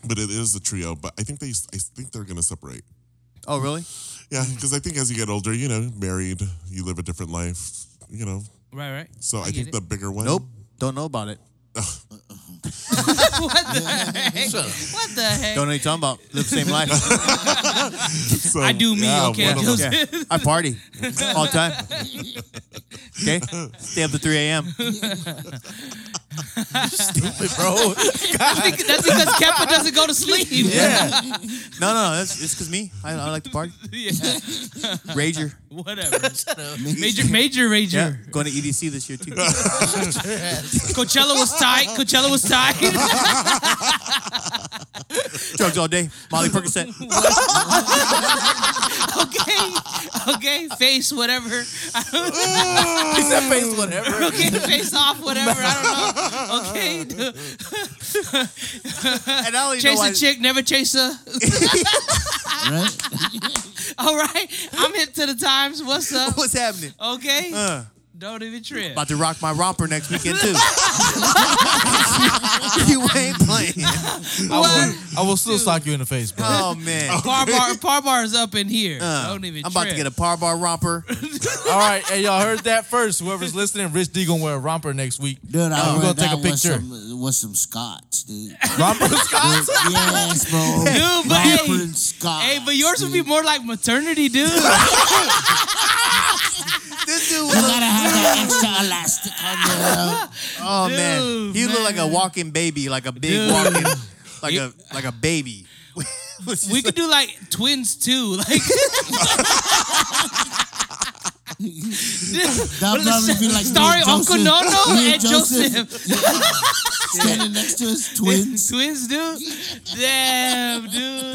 A: but it is a trio. But I think they, I think they're gonna separate.
B: Oh really?
A: Yeah,
E: Hmm.
A: because I think as you get older, you know, married, you live a different life, you know.
E: Right, right.
A: So I,
E: get
A: think
E: it.
A: the bigger one.
B: Nope. Don't know about it.
E: what the heck? What the heck?
B: Don't know what you're talking about. Live the same life.
A: So,
E: I do me,
A: yeah,
E: okay?
A: one of
E: Those-
A: them-
B: Yeah. I party all the time. Okay? Stay up to 3 a.m. Stupid, bro.
E: That's because Kepa doesn't go to sleep. Yeah.
B: No, no, that's, it's because me. I, I like to party. Rager.
E: Whatever. Major, major rager.
B: Yeah. Going to EDC this year, too.
E: Coachella was tight. Coachella was tight.
B: Drugs all day. Molly Percocet.
E: okay. Okay. Face whatever.
B: that face, whatever.
E: Okay. Face off whatever. I don't know. Okay.
B: And I don't even know
E: Chase
B: why.
E: a chick, never chase a.
C: right?
E: All right. I'm hip to the times. What's up?
B: What's happening?
E: Okay.
B: Uh.
E: Don't even trip.
B: About to rock my romper next weekend, too. you ain't playing.
E: What?
D: I will still sock you in the face, bro.
B: Oh, man.
E: Par bar, par bar is up in here.
B: Uh,
E: Don't even.
B: I'm about to
E: trip.
B: get a par bar romper.
D: All right, hey y'all heard that first. Whoever's listening, Rich D gonna wear a romper next week.
C: Dude, I
D: we're gonna
C: read
D: take
C: that
D: a
C: with
D: picture.
C: some, with some Scots, dude.
D: Romper Scott.
C: yes, bro.
E: Dude, but hey,
C: Proper Scots,
E: Hey, but yours would be
C: dude.
E: more like maternity, dude.
B: This dude
C: You
B: was
C: gotta have that extra elastic on uh, there.
B: Oh man,
E: Dude,
B: he looked like a
E: man.
B: walking baby, like a big
E: Dude.
B: walking, like a like a baby. It's
E: we could do like twins too. Like
C: That'd probably be like
E: starring
C: me
E: Uncle
C: Joseph.
E: Nono
C: Me
E: and Joseph.
C: standing next to his twins.
E: twins, dude. Damn, dude.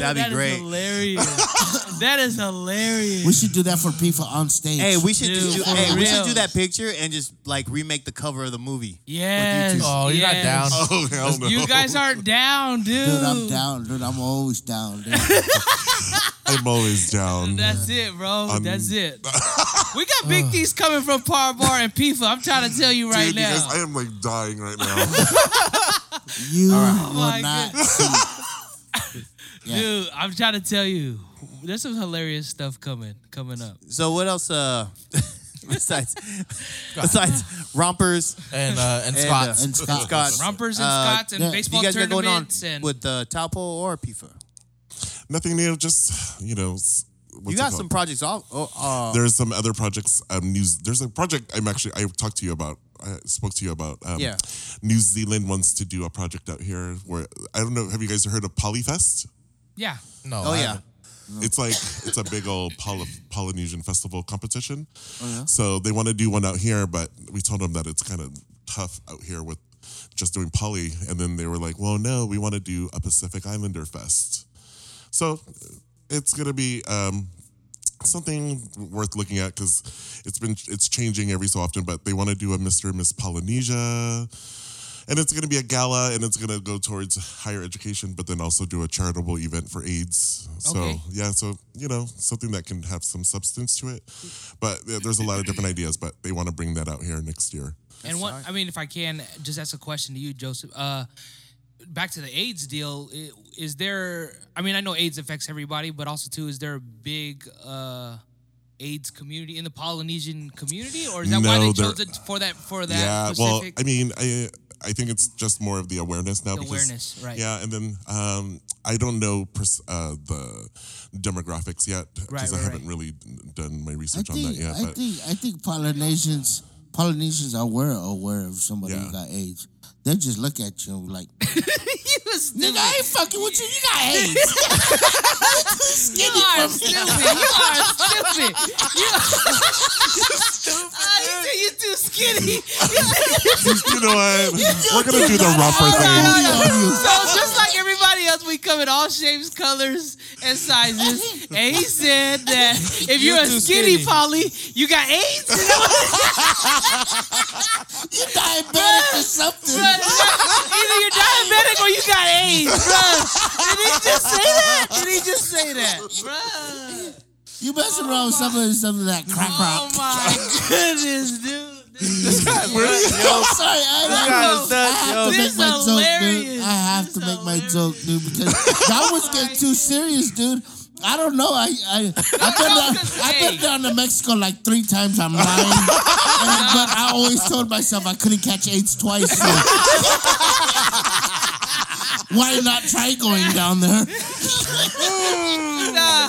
B: That'd be
E: That is
B: great.
E: hilarious. that is hilarious.
C: We should do that for people on stage.
B: Hey, we should
E: Dude,
B: do.
E: for
B: Hey, we should
E: real.
B: do that picture and just like remake the cover of the movie.
E: Yes.
D: Oh, you're not
E: yes.
D: down.
A: Oh hell no!
E: You guys aren't down, dude.
C: dude, I'm down, dude. I'm always down, dude.
A: I'm always down.
E: That's it, bro. That's it. we got big D's coming from Par Bar and Pifa. I'm trying to tell you right
A: Dude, you
E: now.
A: guys, I am like dying right now.
C: You
E: Oh my
C: will not
E: goodness.
C: see. Yeah.
E: Dude, I'm trying to tell you, there's some hilarious stuff coming coming up.
B: So what else? Uh, besides besides rompers
D: And uh, and
B: and,
D: Scott's.
B: uh, and Scots, Scots.
E: Rompers and
B: Uh,
E: Scots and
C: yeah, you
B: you
E: baseball
B: guys got going on
E: tournaments and
B: with uh, Taupo or Pifa?
A: Nothing new. Just you know. s- What's
B: You
A: it
B: got
A: called?
B: some projects off. Oh, uh,
A: There's some other projects. Um, news. There's a project I'm actually I talked to you about. I spoke to you about. Um,
B: Yeah.
A: New Zealand wants to do a project out here where I don't know. Have you guys heard of Polyfest?
E: yeah.
D: no.
B: oh
D: I
B: yeah,
D: haven't.
A: It's like it's a big old Poly- Polynesian festival
B: Oh,
A: competition. So they want to do one out here, but we told them that it's kind of tough out here with just doing poly, and then they were like, "Well, no, we want to do a Pacific Islander fest." So it's gonna be um, something worth looking at because it's been it's changing every so often. But they want to do a Mr. and Miss Polynesia, and it's gonna be a gala, and it's gonna go towards higher education, but then also do a charitable event for AIDS. So
E: Okay.
A: yeah, so you know something that can have some substance to it. But yeah, there's a lot of different ideas, but they want to bring that out here next year.
E: And what I mean, if I can, just ask a question to you, Joseph. Uh, back to the AIDS deal. i- Is there? I mean, I know AIDS affects everybody, but also too, is there a big uh, AIDS community in the Polynesian community, or is that why they
A: No, there-
E: chose it for that for that
A: yeah, well,
E: specific
A: I mean, I I think it's just more of the awareness now. because-
E: awareness? Right.
A: Yeah, and then um, I don't know pers- uh, the demographics yet because I
E: Right, right,
A: haven't really done my
C: I
A: research on
C: think
A: that yet.
C: I
A: but
C: think I think Polynesians Polynesians are aware aware of somebody
A: Yeah.
C: who got AIDS. They just look at you like,
E: You was
C: nigga, I ain't fucking with you. You got AIDS.
E: You are stupid. You are stupid. You are stupid. You're too skinny.
A: you know what? We're gonna do the rougher thing.
E: So just like everybody else, we come in all shapes, colors, and sizes. And he said that if you're, a
D: too
E: skinny,
D: skinny.
E: Polly, you got AIDS. Is that what
C: You diabetic or something.
E: it was? Either you're diabetic or you got AIDS, bruh. Did he just say that? Did he just say that, bruh?
C: You messing around with somebody, something that crack
E: Oh
C: rock.
E: my goodness, dude. This is
C: I'm sorry, I don't know. I have to
E: This
C: make my
E: is
C: joke, dude.
E: hilarious.
C: I have
E: This
C: to
E: is
C: make my
E: hilarious.
C: joke, dude, because that was getting too serious, dude. I don't know. I I I've been down,
E: Joseph,
C: I've
E: hey.
C: been down to Mexico like three times. I'm lying, And- but I always told myself I couldn't catch AIDS twice. so- Why not try going down there?
E: nah.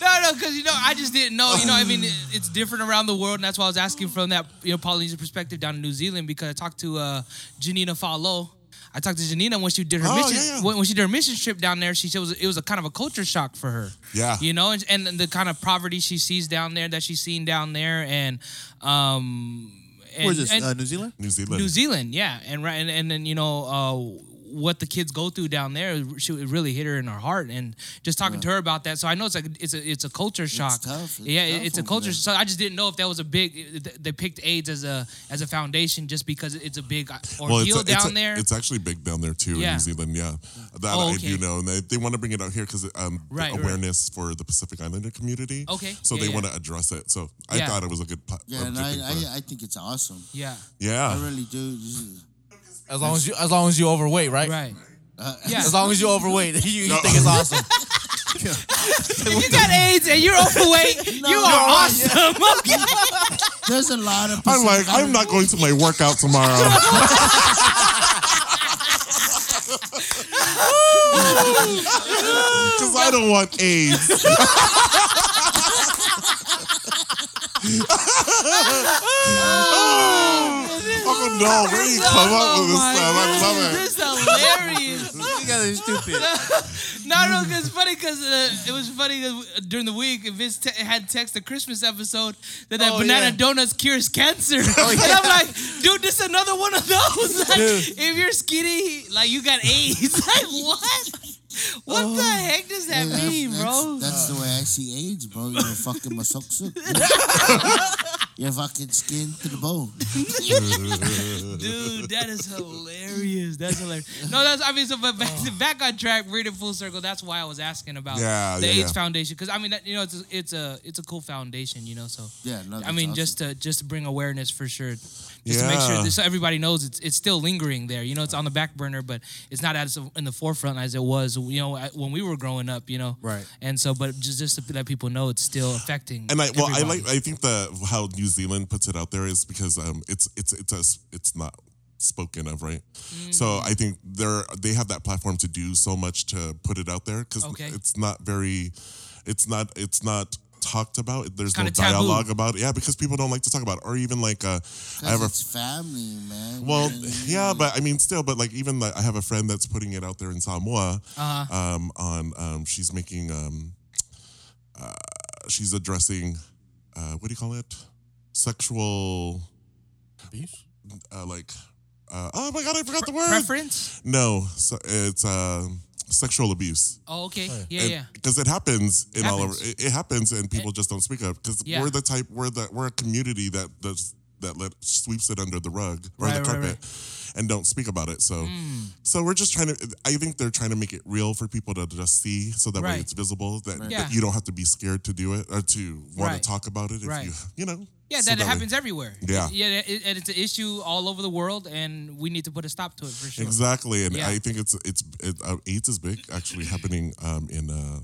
E: No, no, because you know, I just didn't know. You know, I mean, it- it's different around the world, and that's why I was asking from that you know Polynesian perspective down in New Zealand because I talked to uh, Janina Falo. I talked to Janina when she did her
A: Oh,
E: mission
A: yeah, yeah.
E: When, when she did her mission trip down there. She said it was, it was a kind of a culture shock for her.
A: Yeah.
E: you know, and, and the kind of poverty she sees down there that she's seen down there, and um, and,
B: Where's this?
E: and-
B: uh, New Zealand?
A: New Zealand.
E: New Zealand, yeah, and right, and, and then you know uh, what the kids go through down there, she it really hit her in her heart, and just talking to her about that. So I know it's like it's a it's a culture shock.
C: tough. It's
E: yeah, it-
C: tough
E: it's a
C: over
E: culture.
C: there.
E: So I just didn't know if that was a big. th- They picked AIDS as a as a foundation just because it's a big uh, ordeal
A: Well, it's, a, it's,
E: down
A: a-
E: there.
A: it's actually big down there too in
E: Yeah.
A: New Zealand. Yeah, that
E: Oh,
A: I
E: okay.
A: do know, and they, they want to bring it out here because um, the
E: Right, right.
A: awareness for the Pacific Islander community.
E: Okay.
A: so
E: Yeah,
A: they
E: yeah.
A: want to address it. So I
E: Yeah.
A: thought it was a good. pla-
C: Yeah, and I,
A: objective for-
C: I, I think it's awesome.
E: yeah,
A: yeah.
C: I really do.
D: As long as you, as long as you overweight, right?
E: right.
C: Uh,
E: Yeah.
D: As long as you overweight, you, you think it's awesome.
E: if you got AIDS and you're overweight, you are awesome. Okay.
C: There's a lot of.
A: I'm like,
C: Pacific
A: I'm not going to my workout tomorrow. Because I don't want AIDS. oh no, where you come up with this stuff?
E: Oh my
A: I love it.
E: goodness, This is hilarious.
B: You guys are stupid.
E: No, no, 'cause it's funny because uh, it was funny 'cause during the week Vince te- had text the Christmas episode that that
B: Oh,
E: banana
B: yeah.
E: donuts cures cancer, and I'm like, dude, this is another one of those. Like, if you're skinny, like you got AIDS. like what? What the heck does that
C: That's-
E: mean,
C: that's,
E: bro?
C: That's the way I see AIDS, bro. You're fucking masoksu. You're fucking skin to the bone.
E: Dude, that is hilarious. That's hilarious. No, that's I mean, so but back, back on track, read it full circle. That's why I was asking about
A: Yeah,
E: the
A: yeah,
E: AIDS
A: yeah.
E: Foundation because I mean, that, you know, it's a, it's a it's a cool foundation, you know. So
C: Yeah, no.
E: I
C: that's
E: mean,
C: awesome.
E: just to just to bring awareness for sure, just to make sure
A: Yeah.
E: that so everybody knows it's it's still lingering there. You know, it's on the back burner, but it's not as in the forefront as it was. You know, at- when we were growing up. You know,
B: Right.
E: And so, but just just to let people know, it's still affecting.
A: And I well, I
E: everybody.
A: like I think the how New Zealand puts it out there is because um it's it's it's a, it's not spoken of right so
E: Mm.
A: i think they're they have that platform to do so much to put it out there because
E: Okay.
A: it's not very it's not it's not talked about there's
E: Kinda
A: no
E: taboo.
A: dialogue about it yeah because people don't like to talk about it or even like uh i
C: 'Cause
A: have a
C: it's family, man.
A: well,
C: Man,
A: yeah, but I mean, still, but like even like I have a friend that's putting it out there in Samoa.
E: Uh-huh.
A: Um, on um, she's making um, uh, she's addressing, uh, what do you call it? Sexual,
D: Peace?
A: uh, like Uh, oh my god, I forgot the word.
E: Preference?
A: No, so it's uh, sexual abuse.
E: Oh, okay. Yeah, yeah.
A: Because it happens in all over.
E: Happens.
A: It, it happens, and people just don't speak up. Because
E: Yeah.
A: we're the type. We're the we're a community that does that let sweeps it under the rug or
E: Right,
A: the
E: right, Mm.
A: carpet. And don't speak about it. So, so we're just trying to. I think they're trying to make it real for people to just see, so that
E: Right.
A: way it's visible. That, that
E: Yeah.
A: you don't have to be scared to do it or to want
E: Right.
A: to talk about it. If
E: Right.
A: you, you know.
E: Yeah,
A: so
E: that,
A: way-
E: happens everywhere.
A: Yeah.
E: Yeah, it, and it's an issue all over the world, and we need to put a stop to it for sure.
A: Exactly, and
E: Yeah.
A: I think it's it's it, uh, AIDS is big actually happening um, in uh,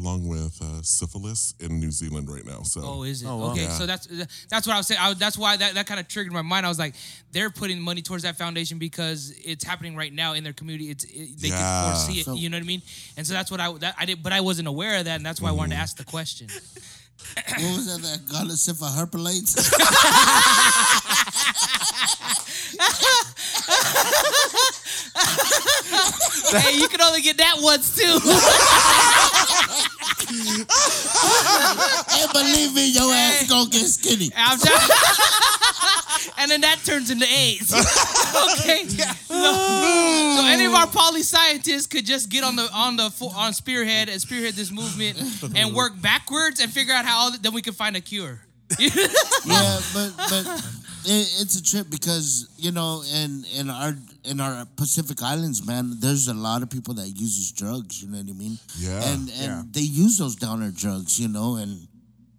A: along with uh, syphilis in New Zealand right now. So
E: Oh, is it?
B: Oh, wow.
E: Okay,
A: Yeah.
E: so that's that's what I was saying. I, was- that's why that, that kind of triggered my mind. I was like, they're putting money towards that foundation because it's happening right now in their community. It's it, they
A: Yeah.
E: can foresee it.
C: So-
E: you know what I mean? And so that's what I that, I did, but I wasn't aware of that, and that's why I wanted to ask the question.
C: What was that? That gonorrhea herpelates?
E: hey, you can only get that once too.
C: and believe me, your ass gonna get skinny.
E: I'm try- and then that turns into AIDS. okay. So, so any of our poli scientists could just get on the on the fo- on spearhead and spearhead this movement and work backwards and figure out how all the, then we can find a cure.
C: yeah, but but it, it's a trip because you know in in our in our Pacific Islands, man, there's a lot of people that uses drugs. You know what I mean?
A: Yeah.
C: And and they use those downer drugs, you know, and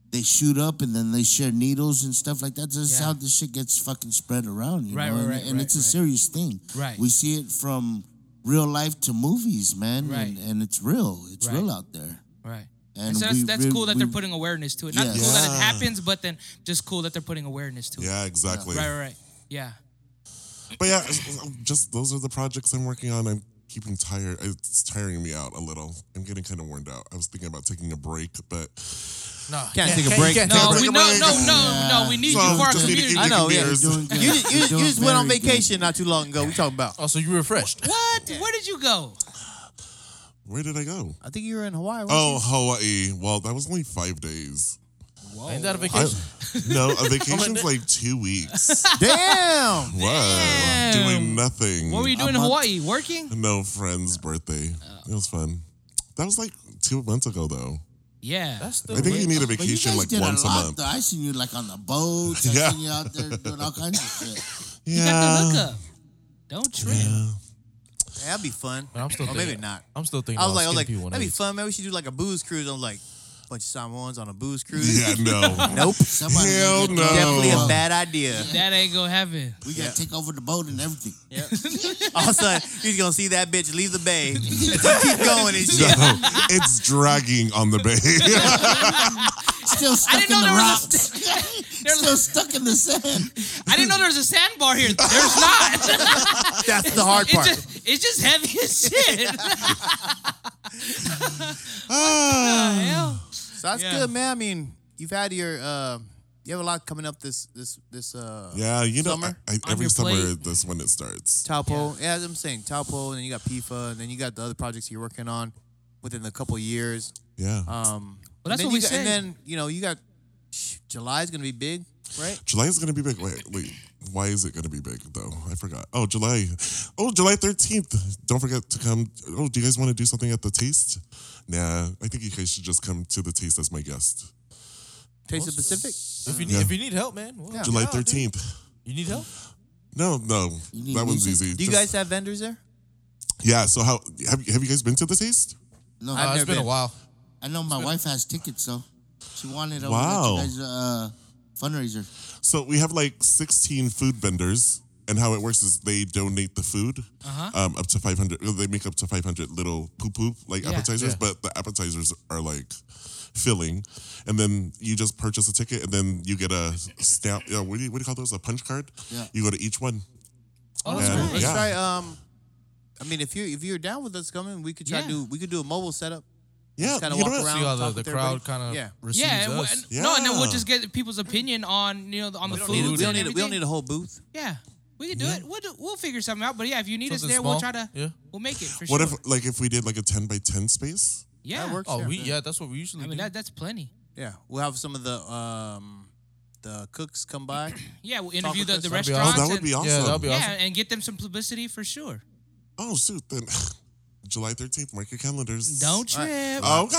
C: they shoot up and then they share needles and stuff like that. That's
E: Yeah.
C: how this shit gets fucking spread around, you
E: Right,
C: know.
E: right,
C: and
E: right,
C: and
E: right,
C: it's a
E: right.
C: serious thing.
E: Right.
C: We see it from real life to movies, man.
E: Right.
C: And, and it's real. It's
E: Right.
C: real out there.
E: Right.
C: And
E: so that's,
C: we
E: that's
C: re-
E: cool that they're
C: we-
E: putting awareness to it. Not
C: Yes.
E: cool that it
A: Yeah.
E: happens, but then just cool that they're putting awareness to it.
A: yeah, exactly.
E: Right, right, right. Yeah.
A: But yeah, it's- it's- just those are the projects I'm working on. I'm keeping tired. It's tiring me out a little. I'm getting kind of worn out. I was thinking about taking a break, but
D: No,
B: Can't take a break.
E: No,
A: Take a
E: we, no,
A: break.
E: no, no, no. We need
A: so
E: you for our
A: just need to give
B: I
E: community.
A: you
B: know, yeah,
A: beers.
C: Doing good.
B: You, just- you, just- you
C: Doing
B: just went on
C: very good.
B: vacation not too long ago. We talking about?
D: Also, Oh, you refreshed.
E: What? Where did you go?
A: Where did I go?
B: I think you were in Hawaii. weren't
A: Oh, Hawaii. Well, that was only five days.
D: Ain't that a
A: I,
D: vacation?
A: no, a vacation's like two weeks.
B: you? Damn.
A: Wow,
E: Damn.
A: doing nothing.
E: What were you doing in Hawaii? Working?
A: No friend's birthday. It was fun. That was like two months ago, though.
E: Yeah.
D: That's the
A: I think you need a
C: But you
A: vacation
C: guys
A: like
C: did
A: once a
C: lot,
A: month.
C: Though. I seen you like on the boats. I
A: Yeah.
C: seen you out there doing all kinds of shit.
E: You got the
A: Yeah.
E: hookup. Don't trip.
B: That'd be fun.
D: Man, I'm still
B: or maybe
D: thinking-
B: not.
D: I'm still thinking.
B: I was like, I
D: about
B: was like,
D: skinny people
B: that'd be
D: nowadays.
B: fun, man. We should do like a booze cruise. I'm like, bunch of Samoans on a booze cruise.
A: Yeah, no.
B: Nope.
C: Somebody
A: Hell
C: gotta-
A: no.
B: Definitely a bad idea.
E: That ain't gonna happen.
C: We gotta take over the boat and everything.
B: All of a sudden, he's gonna see that bitch leave the bay, and just keep going and shit.
A: No, it's dragging on the bay.
C: Still stuck in
E: know
C: the
E: there was a
C: rocks. Still stuck in the sand.
E: I didn't know there was a sandbar here. There's not.
B: That's the hard
E: It's
B: part.
E: just, it's just heavy as shit.
A: Ah.
E: Hell.
B: So that's
E: Yeah.
B: good, man. I mean, you've had your, uh, you have a lot coming up this this this uh
A: yeah, you know,
B: Summer?
A: I, I,
E: On
A: every
E: your
A: summer
E: plate.
A: that's when it starts.
B: Taupo. Yeah. as I'm saying Taupo, and then you got PIFA, and then you got the other projects you're working on within a couple years.
A: Yeah.
B: Um,
E: Well, that's
B: and then
E: what we
B: you got,
E: said.
B: And then you know you got shh, July's gonna be big, right?
A: July is going to be big. Wait, wait. Why is it going to be big, though? I forgot. Oh, July. Oh, July 13th. Don't forget to come. Oh, do you guys want to do something at the Taste? Nah, I think you guys should just come to the Taste as my guest.
B: Taste of Pacific.
D: If you need,
A: Yeah.
D: if you need help, man. well,
A: July
D: yeah, dude.
A: 13th.
D: You need help?
A: No, no,
C: need
A: that one's
C: music?
A: easy.
B: Do you
A: Just-
B: guys have vendors there?
A: Yeah. So how have have you guys been to the taste?
C: No,
D: Uh,
C: I,
D: it's been, a while.
C: know my wife has tickets though. She wanted over
A: Wow.
C: wow. you guys uh, fundraiser.
A: So we have like 16 food vendors, and how it works is they donate the food
E: Uh-huh.
A: um, up to 500. well, They make up to 500 little poo poop like
E: Yeah.
A: appetizers,
D: Yeah.
A: but the appetizers are like filling, and then you just purchase a ticket, and then you get a stamp. Uh, what do you what do you call those? A punch card.
C: Yeah.
A: You go to each one. Yeah.
E: Oh, that's
B: Let's
E: great.
A: Yeah.
B: try. Um, I mean, if you if you're down with us coming, we could try
E: Yeah.
B: to do we could do a mobile setup.
A: Yeah.
B: kinda
A: you know
B: walk
A: what?
B: around.
D: See how the,
B: talk
D: the
B: with
D: crowd
B: everybody.
D: kind of
B: Yeah.
D: receives
E: Yeah, and we-
D: us.
E: and- no, and then we'll
A: Yeah.
E: just get people's opinion on you know on the
B: We don't need,
E: food.
B: we don't
E: and
B: need, we don't
E: everything.
B: need a whole booth.
E: Yeah, we can do it. We'll do, we'll figure something out. But yeah, if you need us
D: Something
E: there, we'll
D: small.
E: try to.
D: Yeah.
E: We'll make it for
A: What
E: sure.
A: if like if we did like a 10 by 10 space?
E: yeah,
B: That works.
D: Oh,
B: yeah.
D: we yeah, that's what we usually
E: I mean
D: do.
E: that that's plenty.
B: Yeah, we'll have some of the um, the cooks come by.
E: Yeah, we'll interview the,
B: with us. That'd
E: the
D: be
E: restaurants.
A: that would
E: and-
A: be awesome.
D: Yeah, that'll be awesome.
E: Yeah, and get them some publicity for sure.
A: Oh shoot! Then July thirteenth. Mark your calendars.
E: Don't trip.
A: Okay.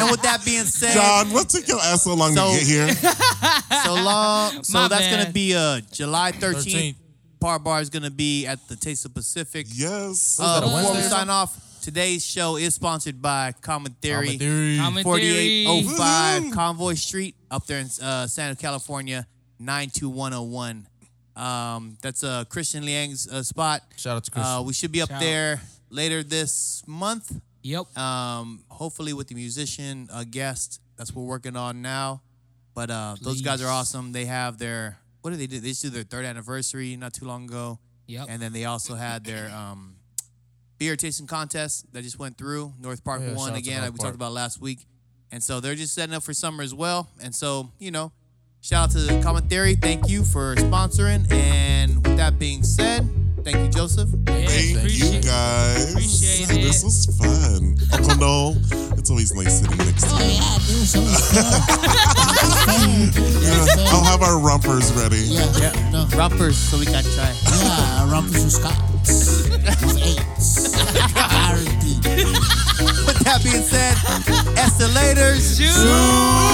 B: and with that being said,
A: John, what took your ass so long
B: So-
A: to get here?
B: so long. So
E: My
B: that's
E: bad.
B: gonna be uh July 13th.
D: 13th.
B: Par Bar is gonna be at the Taste of Pacific.
A: Yes.
B: Uh,
D: that a
B: before we
D: Wednesday?
B: sign off, today's show is sponsored by Common Theory.
D: Common theory.
E: Common theory.
B: 4805
A: Woohoo!
B: Convoy Street up there in uh, Santa California 92101. Um, that's uh, Christian Liang's uh, spot.
D: Shout out to Christian.
B: Uh, we should be up
E: Shout out.
B: there later this month.
E: Yep.
B: Um, hopefully with the musician uh, guest. That's what we're working on now. But uh, those guys are
E: Please.
B: awesome. They have their what did they do? They just did their third anniversary not too long ago.
E: Yep.
B: And then they also had their um, beer tasting contest that just went through. North Park
D: Yeah, shout out
B: won
D: to
B: again,
D: North
B: like we
D: Park.
B: talked about last week. And so they're just setting up for summer as well. And so, you know, shout out to Common Theory. Thank you for sponsoring. And with that being said, thank you, Joseph.
E: Yeah,
A: Thank
E: appreciate
A: you
E: it.
A: guys.
E: Appreciate
A: This
E: it.
A: was fun. Uncle Noel, it's always nice sitting next to
C: Oh,
A: you.
C: yeah, dude. So fun.
A: Yeah, I'll have our rompers ready.
C: Yeah, yeah. No.
B: Rumpers, so we can try.
C: Yeah, a rumpus with Scots. With eights. Guaranteed.
B: with that being said, estilators.
E: Shoot.